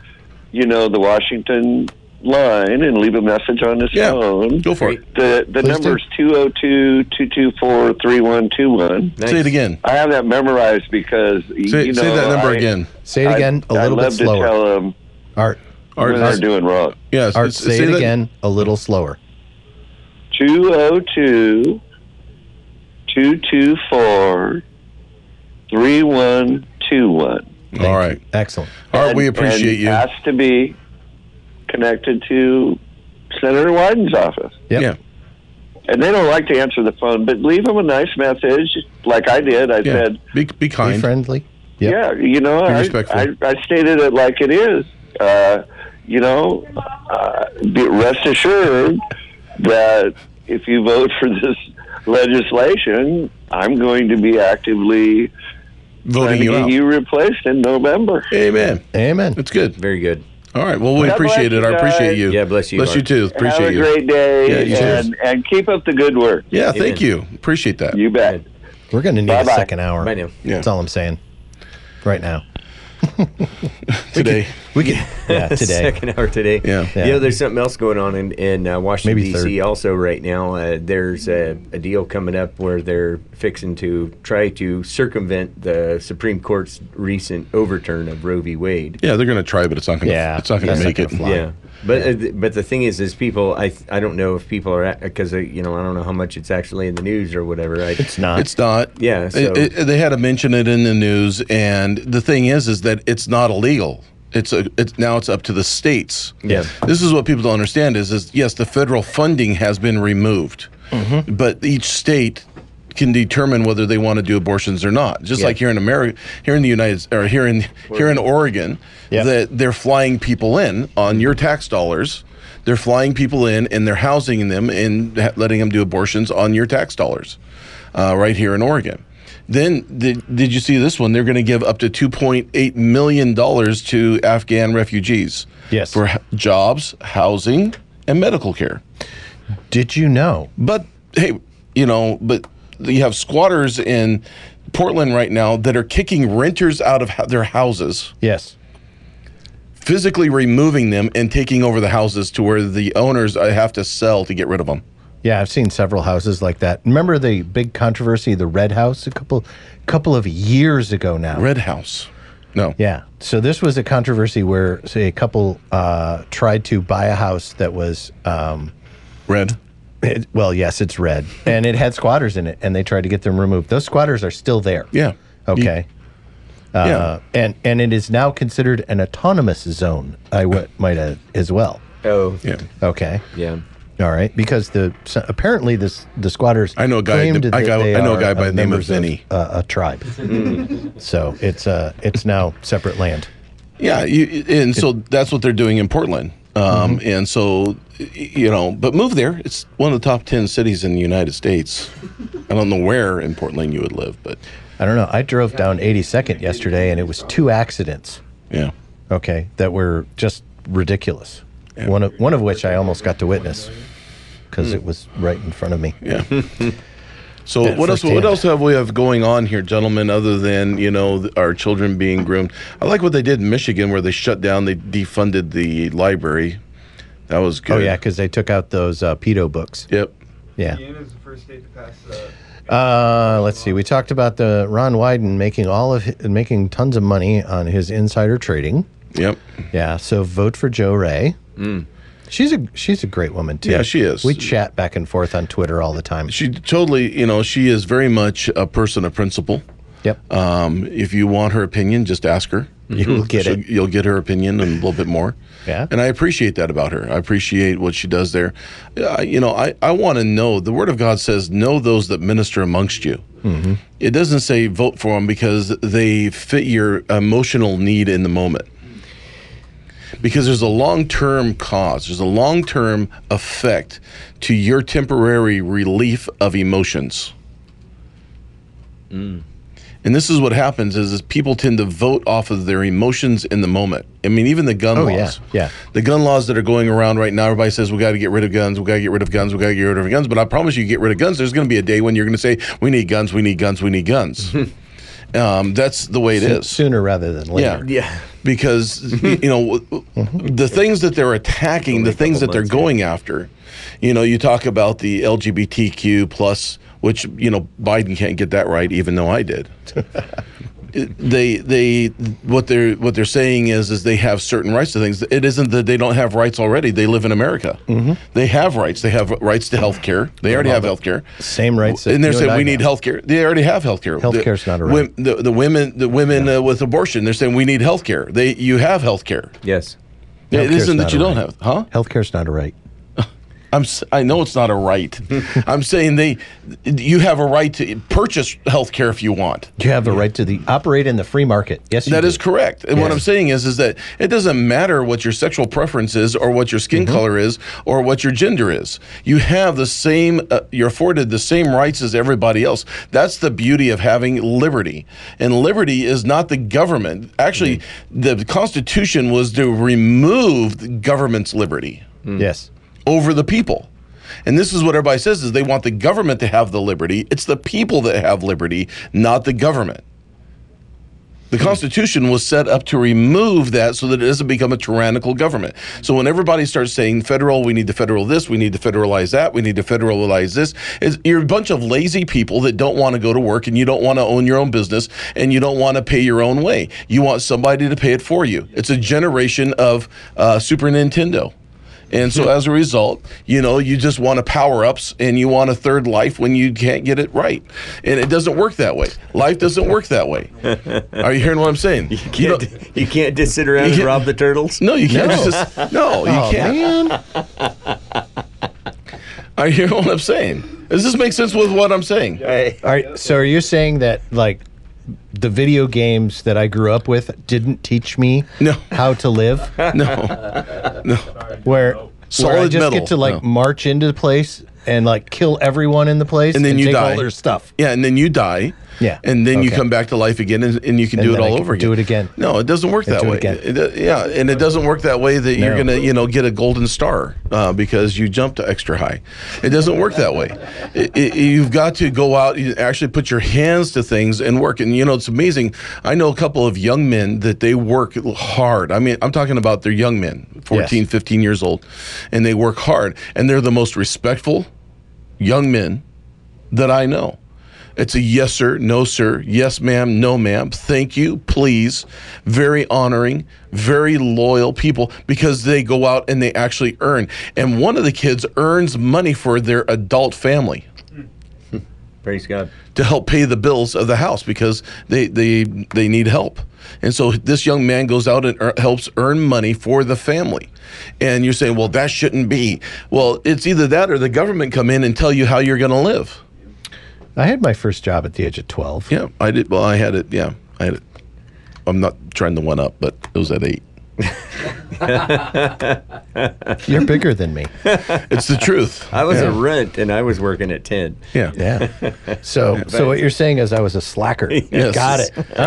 Speaker 7: you know, the Washington line and leave a message on his
Speaker 2: Yeah,
Speaker 7: phone.
Speaker 2: go for it.
Speaker 7: The the oh
Speaker 3: Please
Speaker 7: number is 202-224-3121.
Speaker 4: Nice.
Speaker 2: Say it again.
Speaker 7: I have that memorized because
Speaker 2: Say,
Speaker 7: you know
Speaker 2: say that number
Speaker 7: I-
Speaker 2: again.
Speaker 3: Say it
Speaker 7: I-
Speaker 3: again, a
Speaker 7: I
Speaker 3: little bit
Speaker 7: love to
Speaker 3: slower.
Speaker 7: tell them
Speaker 3: Art,
Speaker 2: Art,
Speaker 7: when they're doing wrong.
Speaker 2: yeah,
Speaker 3: Art,
Speaker 2: s-
Speaker 3: say, it
Speaker 2: that-
Speaker 3: again, a little slower.
Speaker 7: 202 224 3121.
Speaker 3: Thank
Speaker 2: All
Speaker 3: you.
Speaker 2: right.
Speaker 3: Excellent.
Speaker 2: Art,
Speaker 7: and-
Speaker 2: we appreciate
Speaker 7: and
Speaker 2: you.
Speaker 7: Has to be connected to Senator Wyden's office,
Speaker 3: Yep.
Speaker 2: Yeah.
Speaker 7: and they don't like to answer the phone. But leave them a nice message, like I did. I
Speaker 2: Yeah.
Speaker 7: said,
Speaker 2: Be, be
Speaker 3: Be
Speaker 2: kind.
Speaker 3: friendly. Yep.
Speaker 7: "Yeah, you know,
Speaker 2: Be
Speaker 7: I,
Speaker 2: respectful.
Speaker 7: I, I stated it like it is. Uh, you know, uh, be, rest assured that if you vote for this legislation, I'm going to be actively trying
Speaker 2: Voting
Speaker 7: to
Speaker 2: you
Speaker 7: get
Speaker 2: out.
Speaker 7: you replaced in November."
Speaker 2: Amen.
Speaker 3: Amen.
Speaker 2: That's good.
Speaker 4: Very good.
Speaker 2: All right. Well, we
Speaker 7: God bless
Speaker 2: appreciate it.
Speaker 7: you
Speaker 2: I appreciate
Speaker 7: guys.
Speaker 2: you.
Speaker 4: Yeah, bless you,
Speaker 2: Bless you
Speaker 4: Art.
Speaker 2: too. Appreciate
Speaker 7: Have a
Speaker 2: you.
Speaker 7: great day
Speaker 2: Yeah, you too.
Speaker 7: and, and keep up the good work.
Speaker 2: Yeah, thank
Speaker 4: Amen.
Speaker 2: you. Appreciate that.
Speaker 7: You bet.
Speaker 3: We're going to need
Speaker 7: Bye-bye.
Speaker 3: a second hour.
Speaker 4: Bye now.
Speaker 2: Yeah.
Speaker 3: That's all I'm saying. Right now.
Speaker 2: Today.
Speaker 3: We could. Yeah, today.
Speaker 4: Second hour today.
Speaker 2: Yeah.
Speaker 4: You know, there's something else going on in, in uh, Washington,
Speaker 3: Maybe
Speaker 4: D.C.
Speaker 3: third.
Speaker 4: also right now. Uh, there's a, a deal coming up where they're fixing to try to circumvent the Supreme Court's recent overturn of Roe v. Wade.
Speaker 2: Yeah, they're going to try, but it's not going to.
Speaker 3: Yeah,
Speaker 2: It's not going
Speaker 3: that's
Speaker 2: to
Speaker 3: not
Speaker 2: make it.
Speaker 3: gonna fly.
Speaker 4: Yeah, but uh, th- but the thing is, is people. I th- I don't know if people are because uh, you know I don't know how much it's actually in the news or whatever. I,
Speaker 3: It's not.
Speaker 2: It's not.
Speaker 4: Yeah, so-
Speaker 2: It- it- they had to mention it in the news, and the thing is, is that it's not illegal. It's a. It's now it's up to the states.
Speaker 4: Yeah.
Speaker 2: This is what people don't understand is is yes, the federal funding has been removed, but each state can determine whether they want to do abortions or not. Just
Speaker 4: Yeah.
Speaker 2: like here in America, here in the United, or here in here in Oregon,
Speaker 3: Yeah.
Speaker 2: that they're flying people in on your tax dollars. They're flying people in and they're housing them and ha- letting them do abortions on your tax dollars uh, right here in Oregon. Then did, did you see this one? They're going to give up to 2.8 million dollars to Afghan refugees.
Speaker 3: Yes.
Speaker 2: For h- jobs, housing, and medical care.
Speaker 3: Did you know?
Speaker 2: But hey, you know, but you have squatters in Portland right now that are kicking renters out of ho- their houses,
Speaker 3: Yes.
Speaker 2: physically removing them and taking over the houses to where the owners uh, have to sell to get rid of them.
Speaker 3: Yeah, I've seen several houses like that. Remember the big controversy, the red house, a couple, couple of years ago now.
Speaker 2: Red House. No.
Speaker 3: Yeah. So this was a controversy where, say, a couple uh, tried to buy a house that was, um,
Speaker 2: Red.
Speaker 3: it, well, yes, it's red, and it had squatters in it, and they tried to get them removed. Those squatters are still there.
Speaker 2: Yeah.
Speaker 3: Okay. Uh, and and it is now considered an autonomous zone. I w- might add as well.
Speaker 4: Oh,
Speaker 2: Yeah.
Speaker 3: Okay.
Speaker 4: yeah.
Speaker 3: All right, because the so apparently this the squatters.
Speaker 2: I know a guy-
Speaker 3: claimed
Speaker 2: I
Speaker 3: that
Speaker 2: got-
Speaker 3: they
Speaker 2: I know a
Speaker 3: are,
Speaker 2: guy by
Speaker 3: uh,
Speaker 2: the name of
Speaker 3: members
Speaker 2: Vinny. Mm.
Speaker 3: uh, a tribe. so it's uh it's now separate land.
Speaker 2: Yeah, you, and so that's what they're doing in Portland. Um,
Speaker 3: Mm-hmm.
Speaker 2: And so, y- you know, but move there. It's one of the top 10 cities in the United States. I don't know where in Portland you would live, but
Speaker 3: I don't know. I drove down 82nd yesterday, and it was two accidents.
Speaker 2: yeah.
Speaker 3: Okay, that were just ridiculous. One of one of which I almost got to witness because it was right in front of me.
Speaker 2: Hmm. Yeah. So
Speaker 3: Yeah,
Speaker 2: what else?
Speaker 3: firsthand.
Speaker 2: What else have we have going on here, gentlemen? Other than you know th- our children being groomed, I like what they did in Michigan, where they shut down, they defunded the library. That was good.
Speaker 3: Oh yeah, because they took out those uh, pedo books.
Speaker 2: Yep.
Speaker 3: Yeah.
Speaker 6: Indiana's the first state to pass that.
Speaker 3: Uh, let's see. We talked about the Ron Wyden making all of hi- making tons of money on his insider trading.
Speaker 2: Yep.
Speaker 3: Yeah. So vote for Joe Ray. She's a she's a great woman too.
Speaker 2: Hmm. Yeah, she is.
Speaker 3: We chat back and forth on Twitter all the time.
Speaker 2: She totally, you know, she is very much a person of principle.
Speaker 3: yep.
Speaker 2: Um, if you want her opinion, just ask her.
Speaker 3: You will get
Speaker 2: She'll-
Speaker 3: it.
Speaker 2: You'll get her opinion and a little bit more.
Speaker 3: Yeah.
Speaker 2: And I appreciate that about her. I appreciate what she does there. Uh, you know, I, I want to know the word of God says, know those that minister amongst you.
Speaker 3: Mm-hmm.
Speaker 2: It doesn't say vote for them because they fit your emotional need in the moment. Because there's a long term cause, there's a long term effect to your temporary relief of emotions. Mm. And this is what happens is, is people tend to vote off of their emotions in the moment. I mean, even the gun
Speaker 3: Oh, yeah,
Speaker 2: laws.
Speaker 3: yeah.
Speaker 2: The gun laws that are going around right now, everybody says we got to get rid of guns, we got to get rid of guns, we got to get rid of guns. But I promise you, you get rid of guns, there's going to be a day when you're going to say we need guns, we need guns, we need guns. um, that's the way it is.
Speaker 3: Sooner rather than
Speaker 2: Yeah.
Speaker 3: later.
Speaker 4: Yeah.
Speaker 2: Because y- you know w- w- the things that they're attacking, the things that they're going after. You know, you talk about the LGBTQ plus, which you know Biden can't get that right, even though I did. It- they they what they're what they're saying is is they have certain rights to things. It isn't that they don't have rights already. They live in America. They have rights. They have rights to health care. They already have health care.
Speaker 3: Same rights. that
Speaker 2: And they're
Speaker 3: you
Speaker 2: saying
Speaker 3: I
Speaker 2: we need
Speaker 3: have.
Speaker 2: health care. They already have health care.
Speaker 3: Healthcare's not a right.
Speaker 2: The, the women, the women uh, with abortion, they're saying we need health care. They, you have health care.
Speaker 4: Yes.
Speaker 2: It
Speaker 3: Healthcare's
Speaker 2: isn't
Speaker 3: not
Speaker 2: that you
Speaker 3: a
Speaker 2: don't
Speaker 3: right.
Speaker 2: have, huh?
Speaker 3: Healthcare's not a right.
Speaker 2: I'm, s- I know it's not a right. I'm saying they, you have a right to purchase health care if you want.
Speaker 3: You have a right to the operate in the free market. Yes, you
Speaker 2: That
Speaker 3: do.
Speaker 2: is correct. And what I'm saying is, is that it doesn't matter what your sexual preference is, or what your
Speaker 3: Mm-hmm.
Speaker 2: skin color is, or what your gender is. You have the same. Uh, you're afforded the same rights as everybody else. That's the beauty of having liberty. And liberty is not the government. Actually,
Speaker 3: Mm-hmm.
Speaker 2: the Constitution was to remove the government's liberty
Speaker 3: Yes.
Speaker 2: over the people. And this is what everybody says is they want the government to have the liberty. It's the people that have liberty, not the government. The Constitution was set up to remove that so that it doesn't become a tyrannical government. So when everybody starts saying federal, we need to federal this, we need to federalize that, we need to federalize this, is you're a bunch of lazy people that don't want to go to work and you don't want to own your own business and you don't want to pay your own way. You want somebody to pay it for you. It's a generation of uh, Super Nintendo. And so as a result, you know, you just want to power ups and you want a third life when you can't get it right. And it doesn't work that way. Life doesn't work that way. Are you hearing what I'm saying? You
Speaker 4: Can't, you,
Speaker 2: don't-
Speaker 4: can't just sit around
Speaker 2: You
Speaker 4: and
Speaker 2: can't-
Speaker 4: rob the turtles.
Speaker 2: no, Oh, you can't just No, you can't. Are you hearing what I'm saying? Does this make sense with what I'm saying?
Speaker 4: Hey.
Speaker 3: All right. So are you saying that like the video games that I grew up with didn't teach me
Speaker 2: No.
Speaker 3: how to live?
Speaker 2: No.
Speaker 3: Where, where I
Speaker 2: Solid
Speaker 3: just
Speaker 2: metal,
Speaker 3: get to like
Speaker 2: no.
Speaker 3: march into the place and like kill everyone in the place
Speaker 2: And then you
Speaker 3: take
Speaker 2: die.
Speaker 3: all their stuff.
Speaker 2: Yeah, and then you die
Speaker 3: Yeah.
Speaker 2: And then you
Speaker 3: Okay.
Speaker 2: come back to life again and, and you can
Speaker 3: And
Speaker 2: do it
Speaker 3: then I
Speaker 2: all
Speaker 3: can
Speaker 2: over again.
Speaker 3: do it again.
Speaker 2: No, it doesn't work
Speaker 3: And
Speaker 2: that
Speaker 3: do it
Speaker 2: way.
Speaker 3: again.
Speaker 2: It do- yeah. And it doesn't work that way that you're
Speaker 3: No.
Speaker 2: going to, you know, get a golden star uh, because you jumped extra high. It doesn't work that way. It, it, you've got to go out, you actually put your hands to things and work. And, you know, it's amazing. I know a couple of young men that they work hard. I mean, I'm talking about they're young men, 14,
Speaker 3: Yes.
Speaker 2: 15 years old, and they work hard. And they're the most respectful young men that I know. It's a yes, sir, no, sir, yes, ma'am, no, ma'am, thank you, please. Very honoring, very loyal people because they go out and they actually earn. And one of the kids earns money for their adult family
Speaker 4: Praise God.
Speaker 2: to help pay the bills of the house because they they they need help. And so this young man goes out and ear- helps earn money for the family. And you're saying, "Well, that shouldn't be." Well, it's either that or the government come in and tell you how you're going to live.
Speaker 3: I had my first job at the age of 12.
Speaker 2: Yeah, I did. Well, I had it. Yeah, I had it. I'm not trying to one up, but it was at eight.
Speaker 3: You're bigger than me.
Speaker 2: It's the truth.
Speaker 4: I was
Speaker 2: yeah.
Speaker 4: a rent and I was working at 10.
Speaker 2: yeah.
Speaker 3: Yeah. So, so what you're saying is I was a slacker.
Speaker 2: Yes.
Speaker 3: Got it. All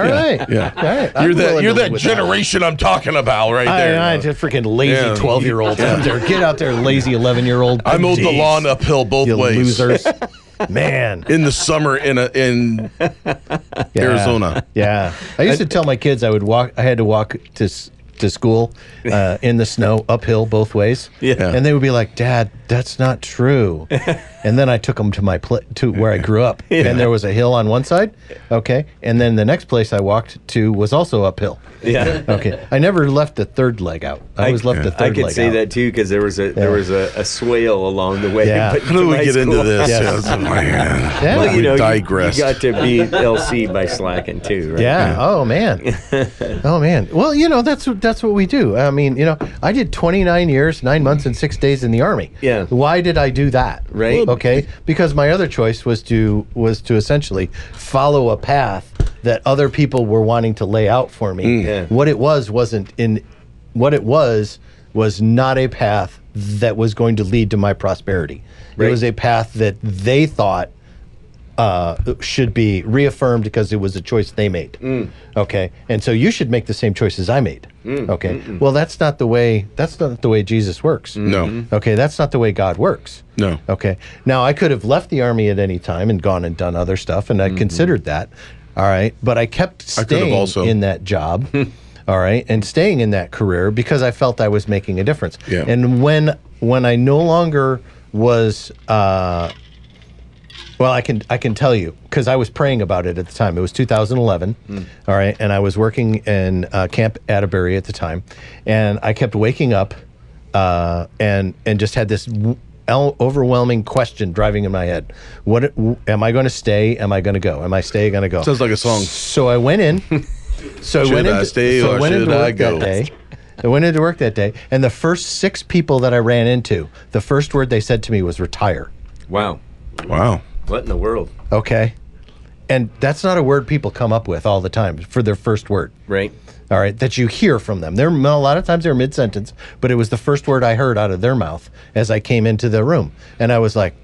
Speaker 3: right.
Speaker 2: yeah.
Speaker 3: All right. I'm
Speaker 2: You're that
Speaker 3: willing
Speaker 2: you're
Speaker 3: to
Speaker 2: that
Speaker 3: live with that.
Speaker 2: generation I'm talking about right there.
Speaker 3: I, I just freaking
Speaker 2: Yeah.
Speaker 3: lazy twelve year olds out there. Get out there, lazy eleven year old.
Speaker 2: I mowed the lawn uphill both
Speaker 3: You
Speaker 2: ways
Speaker 3: losers. Man.
Speaker 2: in the summer in a in
Speaker 3: Yeah.
Speaker 2: Arizona.
Speaker 3: Yeah. I used to tell my kids I would walk. I had to walk to s- to school uh, in the snow uphill both ways.
Speaker 4: Yeah.
Speaker 3: And they would be like, "Dad, that's not true." and then I took them to my pla to where I grew up, and there was a hill on one side. Okay. And then the next place I walked to was also uphill.
Speaker 4: Yeah.
Speaker 3: Okay. I never left the third leg out. I always left the third
Speaker 4: I could
Speaker 3: leg
Speaker 4: say
Speaker 3: out.
Speaker 4: that too because there was a there
Speaker 3: Yeah.
Speaker 4: was a, a swale along the way.
Speaker 3: Yeah.
Speaker 4: but
Speaker 2: How do
Speaker 4: to
Speaker 2: we
Speaker 4: high
Speaker 2: get into
Speaker 4: school-
Speaker 2: this?
Speaker 3: Yes.
Speaker 2: Yeah, it's- man.
Speaker 3: Yeah.
Speaker 4: Well, you
Speaker 2: We
Speaker 4: know, you-
Speaker 2: digressed.
Speaker 4: You, got to be LC by slacking too, right?
Speaker 3: Yeah. Oh man. oh man. Well, you know that's what that's what we do. I mean, you know, I did 29 years, nine months, and six days in the army.
Speaker 4: Yeah.
Speaker 3: Why did I do that?
Speaker 4: Right. Well-
Speaker 3: Okay. Because my other choice was to was to essentially follow a path that other people were wanting to lay out for me.
Speaker 4: Mm. Yeah.
Speaker 3: What it was wasn't in. What it was was not a path that was going to lead to my prosperity. It
Speaker 4: Right.
Speaker 3: was a path that they thought uh, should be reaffirmed because it was a choice they made.
Speaker 2: Mm.
Speaker 3: Okay, and so you should make the same choices I made. Okay, well that's not the way. That's not the way Jesus works.
Speaker 2: Mm. No,
Speaker 3: Okay, that's not the way God works.
Speaker 2: no.
Speaker 3: Okay, now I could have left the army at any time and gone and done other stuff, and I considered that. All right, but I kept
Speaker 2: Mm-hmm. I could have
Speaker 3: staying
Speaker 2: also. Hmm.
Speaker 3: in that job. all right, and staying in that career because I felt I was making a difference.
Speaker 2: Yeah.
Speaker 3: And when when I no longer was uh, well, I can I can tell you because I was praying about it at the time. It was 2011,
Speaker 2: Hmm.
Speaker 3: all right, and I was working in uh, Camp Atterbury at the time, and I kept waking up, uh, and and just had this w- el- overwhelming question driving in my head: What w- am I going to stay? Am I going to go? Am I stay? Going to go?
Speaker 2: Sounds like a song.
Speaker 3: So I went in. So I
Speaker 2: Should
Speaker 3: went
Speaker 2: I
Speaker 3: into,
Speaker 2: stay
Speaker 3: so
Speaker 2: or
Speaker 3: I went
Speaker 2: should
Speaker 3: into
Speaker 2: I
Speaker 3: work
Speaker 2: go?
Speaker 3: that day. I went into work that day, and the first six people that I ran into, the first word they said to me was retire.
Speaker 4: Wow.
Speaker 2: Wow.
Speaker 4: What in the world?
Speaker 3: Okay. And that's not a word people come up with all the time for their first word.
Speaker 4: Right.
Speaker 3: All right, that you hear from them. They're a lot of times they're mid sentence, but it was the first word I heard out of their mouth as I came into the room, and I was like,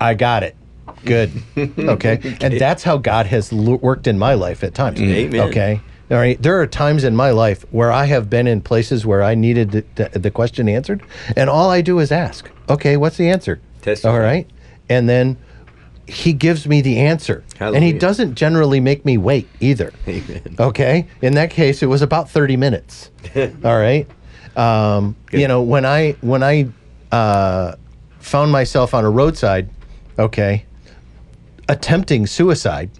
Speaker 3: "I got it, good, okay." And that's how God has l- worked in my life at times.
Speaker 4: Amen.
Speaker 3: Okay, all right. There are times in my life where I have been in places where I needed the, the, the question answered, and all I do is ask, "Okay, what's the answer?"
Speaker 4: Testify.
Speaker 3: All right, and then he gives me the answer. And he
Speaker 4: Hallelujah.
Speaker 3: doesn't generally make me wait either. Okay. In that case, it was about 30 minutes. All right. Um, you know, when I when I uh, found myself on a roadside, okay, attempting suicide,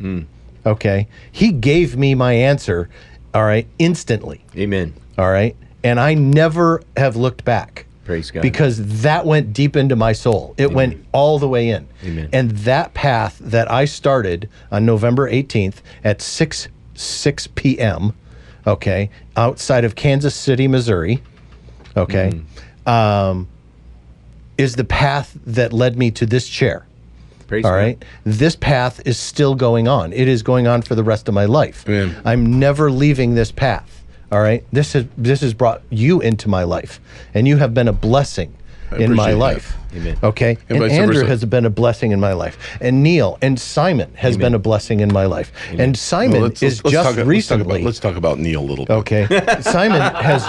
Speaker 3: okay, he gave me my answer, all right, instantly.
Speaker 4: Amen.
Speaker 3: All right. And I never have looked back.
Speaker 4: Praise God.
Speaker 3: Because that went deep into my soul. It went all the way in.
Speaker 4: Amen.
Speaker 3: And that path that I started on November 18th at 6 6 p.m. okay, outside of Kansas City, Missouri, okay,
Speaker 4: Mm-hmm.
Speaker 3: um, is the path that led me to this chair.
Speaker 4: Praise
Speaker 3: All
Speaker 4: God.
Speaker 3: right. This path is still going on. It is going on for the rest of my life.
Speaker 2: Amen.
Speaker 3: I'm never leaving this path. All right. This is this has brought you into my life, and you have been a blessing in my
Speaker 2: appreciate that.
Speaker 3: life. Amen. Okay. And,
Speaker 2: vice
Speaker 3: Andrew
Speaker 2: versa.
Speaker 3: has been a blessing in my life. And Neil and Simon has been a blessing in my life. And Simon
Speaker 2: Well, let's-
Speaker 3: is
Speaker 2: let's talk-
Speaker 3: just
Speaker 2: let's talk about-
Speaker 3: recently.
Speaker 2: Let's talk, about, Neil a little bit.
Speaker 3: Okay. Simon has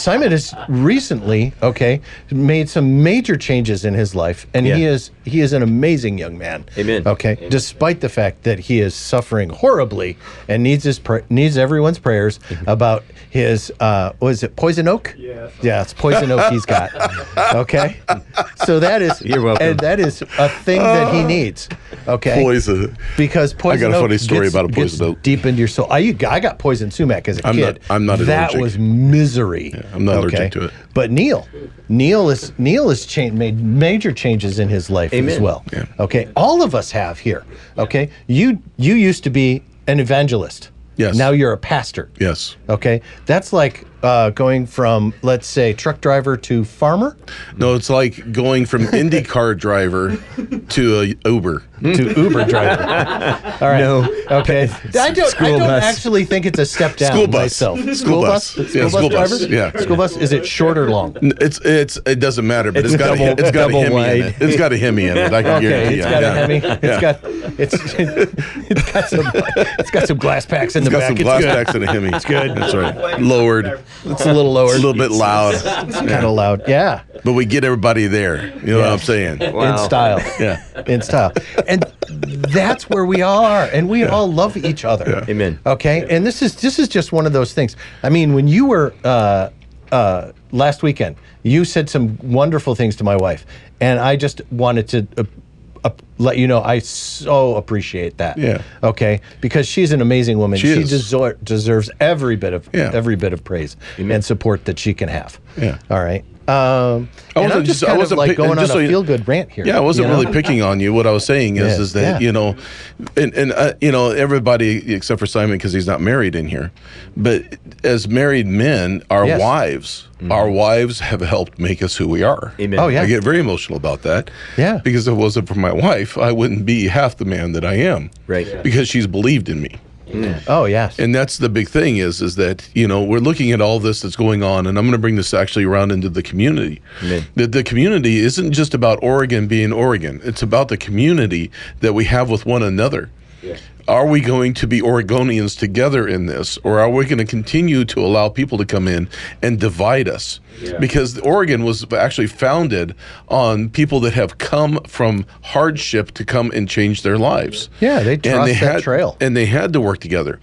Speaker 3: Simon has recently, okay, made some major changes in his life and he
Speaker 4: Yeah.
Speaker 3: is he is an amazing young man.
Speaker 4: Amen.
Speaker 3: Okay. Despite the fact that he is suffering horribly and needs his pr- needs everyone's prayers
Speaker 4: Mm-hmm.
Speaker 3: about his uh was it poison oak?
Speaker 6: Yeah.
Speaker 3: Yeah, it's poison oak he's got. Okay? So that is
Speaker 4: You're welcome. Ah.
Speaker 3: and that is a thing that he needs. Okay?
Speaker 2: Poison.
Speaker 3: Because
Speaker 2: got
Speaker 3: poison
Speaker 2: a
Speaker 3: oak
Speaker 2: funny story
Speaker 3: gets-
Speaker 2: about a
Speaker 3: gets
Speaker 2: poison oak.
Speaker 3: deep into your soul. I, you- I got poison sumac as a
Speaker 2: I'm
Speaker 3: kid.
Speaker 2: not- I'm not
Speaker 3: That
Speaker 2: allergic.
Speaker 3: was misery.
Speaker 2: I'm not allergic to it.
Speaker 3: But Neil, Neil is Neil has cha- made major changes in his life as
Speaker 4: Amen.
Speaker 3: well. Okay, all of us have here. Okay, you you used to be an evangelist.
Speaker 2: Yes.
Speaker 3: Now you're a pastor.
Speaker 2: Yes.
Speaker 3: Okay, that's like uh, going from let's say truck driver to farmer
Speaker 2: No, it's like going from IndyCar driver to a Uber.
Speaker 3: to Uber driver. All right.
Speaker 4: No.
Speaker 3: Okay. I don't. I
Speaker 4: School
Speaker 3: don't
Speaker 4: bus.
Speaker 3: actually think it's a step down.
Speaker 2: School bus.
Speaker 3: Myself.
Speaker 2: School bus.
Speaker 3: School
Speaker 2: Yeah,
Speaker 3: bus
Speaker 2: school bus.
Speaker 3: driver.
Speaker 2: Yeah.
Speaker 3: School bus. Is it short or long?
Speaker 2: N- It's it's it doesn't matter, but
Speaker 4: It's
Speaker 2: it's got a,
Speaker 4: double-
Speaker 2: it's got a
Speaker 4: double
Speaker 2: Hemi in
Speaker 4: wide.
Speaker 2: it. It's got a Hemi in it. I can
Speaker 3: Okay,
Speaker 2: guarantee
Speaker 3: it's
Speaker 2: you.
Speaker 3: got
Speaker 2: Yeah.
Speaker 3: a Hemi. It's
Speaker 2: Yeah.
Speaker 3: got it's it's got some it's got some glass packs in
Speaker 2: It's
Speaker 3: the
Speaker 2: got
Speaker 3: back.
Speaker 2: some
Speaker 3: It's
Speaker 2: glass
Speaker 3: good.
Speaker 2: packs and a Hemi. It's good. That's right. Lowered.
Speaker 3: It's a little
Speaker 2: A
Speaker 3: lower.
Speaker 2: little bit loud,
Speaker 3: It's kind of loud. Yeah,
Speaker 2: but we get everybody there. You know what I'm saying?
Speaker 4: Wow.
Speaker 3: in style.
Speaker 2: Yeah.
Speaker 3: in style. And that's where we are, and we all love each other.
Speaker 4: Amen.
Speaker 3: Okay, and this is this is just one of those things. I mean, when you were uh, uh, last weekend, you said some wonderful things to my wife, and I just wanted to. Uh, uh, let you know, I so appreciate that.
Speaker 2: Yeah.
Speaker 3: Okay, because she's an amazing woman.
Speaker 2: She
Speaker 3: she
Speaker 2: is.
Speaker 3: deser- deserves every bit of
Speaker 2: Yeah.
Speaker 3: every bit of praise and support that she can have.
Speaker 2: Yeah.
Speaker 3: All right. Um,
Speaker 2: I
Speaker 3: I and I'm
Speaker 2: wasn't
Speaker 3: just
Speaker 2: just- I
Speaker 3: kind of
Speaker 2: wasn't
Speaker 3: like
Speaker 2: pick-
Speaker 3: going on
Speaker 2: just so
Speaker 3: a
Speaker 2: you-
Speaker 3: feel good rant here.
Speaker 2: Yeah, I wasn't
Speaker 3: you know?
Speaker 2: really picking on you. What I was saying is,
Speaker 3: Yeah,
Speaker 2: is that
Speaker 3: yeah.
Speaker 2: you know, and and uh, you know, everybody except for Simon because he's not married in here, but as married men, our
Speaker 3: Yes. Mm-hmm.
Speaker 2: wives, our wives have helped make us who we are.
Speaker 4: Amen.
Speaker 3: Oh, yeah.
Speaker 2: I get very emotional about that.
Speaker 3: Yeah.
Speaker 2: because if it wasn't for my wife, I wouldn't be half the man that I am.
Speaker 4: Right. Yeah.
Speaker 2: because she's believed in me.
Speaker 3: Oh yes.
Speaker 2: And that's the big thing is is that you know we're looking at all this that's going on, and I'm going to bring this actually around into the community.
Speaker 4: Amen.
Speaker 2: That the community isn't just about Oregon being Oregon; it's about the community that we have with one another. Are we going to be Oregonians together in this, or are we going to continue to allow people to come in and divide us? Because Oregon was actually founded on people that have come from hardship to come and change their lives
Speaker 3: Yeah, they trust that
Speaker 2: had,
Speaker 3: trail.
Speaker 2: And they had to work together.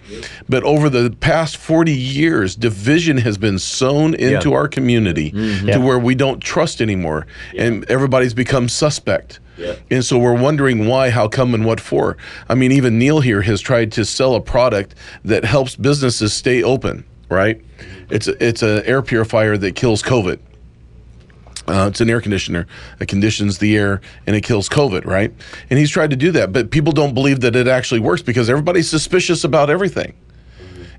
Speaker 2: But over the past 40 years, division has been sown into our community
Speaker 3: Mm-hmm. Yeah.
Speaker 2: to where we don't trust anymore. And everybody's become suspect.
Speaker 5: Yeah.
Speaker 2: And so we're wondering why, how come, and what for. I mean, even Neil here has tried to sell a product that helps businesses stay open, right? It's a, it's an air purifier that kills COVID. Uh, it's an air conditioner. It conditions the air and it kills COVID, right? And he's tried to do that, but people don't believe that it actually works because everybody's suspicious about everything.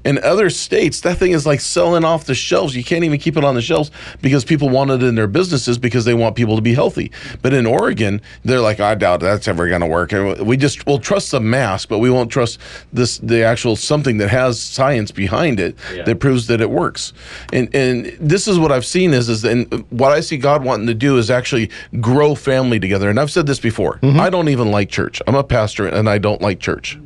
Speaker 2: In other states, that thing is like selling off the shelves. You can't even keep it on the shelves because people want it in their businesses because they want people to be healthy. But in Oregon, they're like, I doubt that's ever going to work. And We just will trust the mask, but we won't trust this the actual something that has science behind it that proves that it works. And and this is what I've seen is is and what I see God wanting to do is actually grow family together. And I've said this before. I don't even like church. I'm a pastor and I don't like church.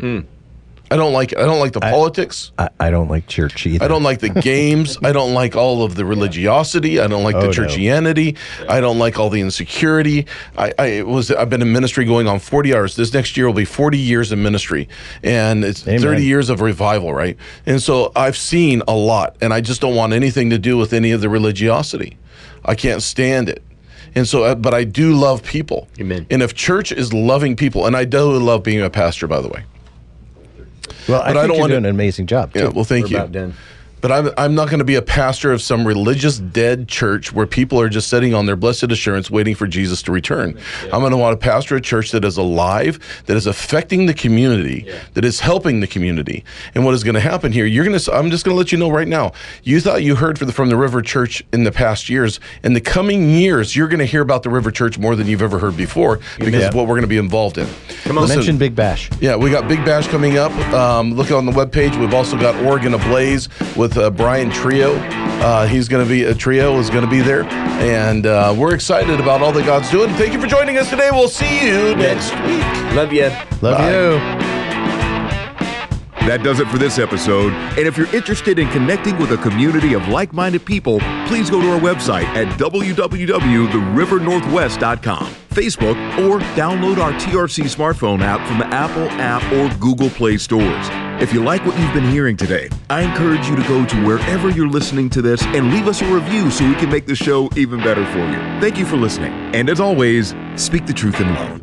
Speaker 2: I don't like it. I don't like the politics.
Speaker 3: I, I don't like church either.
Speaker 2: I don't like the games. I don't like all of the religiosity. I don't like
Speaker 3: Oh,
Speaker 2: the
Speaker 3: no.
Speaker 2: churchianity. I don't like all the insecurity. I, I was I've been in ministry going on 40 hours. This next year will be 40 years in ministry, and it's
Speaker 3: Amen.
Speaker 2: 30 years of revival, right? And so I've seen a lot, and I just don't want anything to do with any of the religiosity. I can't stand it. And so, uh, but I do love people.
Speaker 4: Amen.
Speaker 2: And if church is loving people, and I do love being a pastor, by the way.
Speaker 3: Well, I
Speaker 2: but I
Speaker 3: think
Speaker 2: don't
Speaker 3: you're
Speaker 2: wanna-
Speaker 3: doing an amazing job.
Speaker 2: Yeah.
Speaker 3: too.
Speaker 2: Well, thank
Speaker 4: We're
Speaker 2: you.
Speaker 4: about done.
Speaker 2: But I'm, I'm not going to be a pastor of some religious dead church where people are just sitting on their blessed assurance waiting for Jesus to return. I'm going to want to pastor a church that is alive, that is affecting the community, that is helping the community. And what is going to happen here, you're going to, I'm just going to let you know right now, you thought you heard from the, from the River Church in the past years. In the coming years, you're going to hear about the River Church more than you've ever heard before because of what we're going to be involved in. Come on,
Speaker 3: Mention Big Bash.
Speaker 2: yeah, we got Big Bash coming up. Um, look on the webpage. We've also got Oregon Ablaze with with uh, Brian Trio. Uh, he's going to be a trio is going to be there, and uh, we're excited about all that God's doing. Thank you for joining us today. We'll see you next week.
Speaker 4: Love you.
Speaker 3: Love you.
Speaker 1: That does it for this episode. And if you're interested in connecting with a community of like minded people, please go to our website at www.therivernorthwest.com, Facebook, or download our TRC smartphone app from the Apple App or Google Play stores. If you like what you've been hearing today, I encourage you to go to wherever you're listening to this and leave us a review so we can make the show even better for you. Thank you for listening. And as always, speak the truth in love.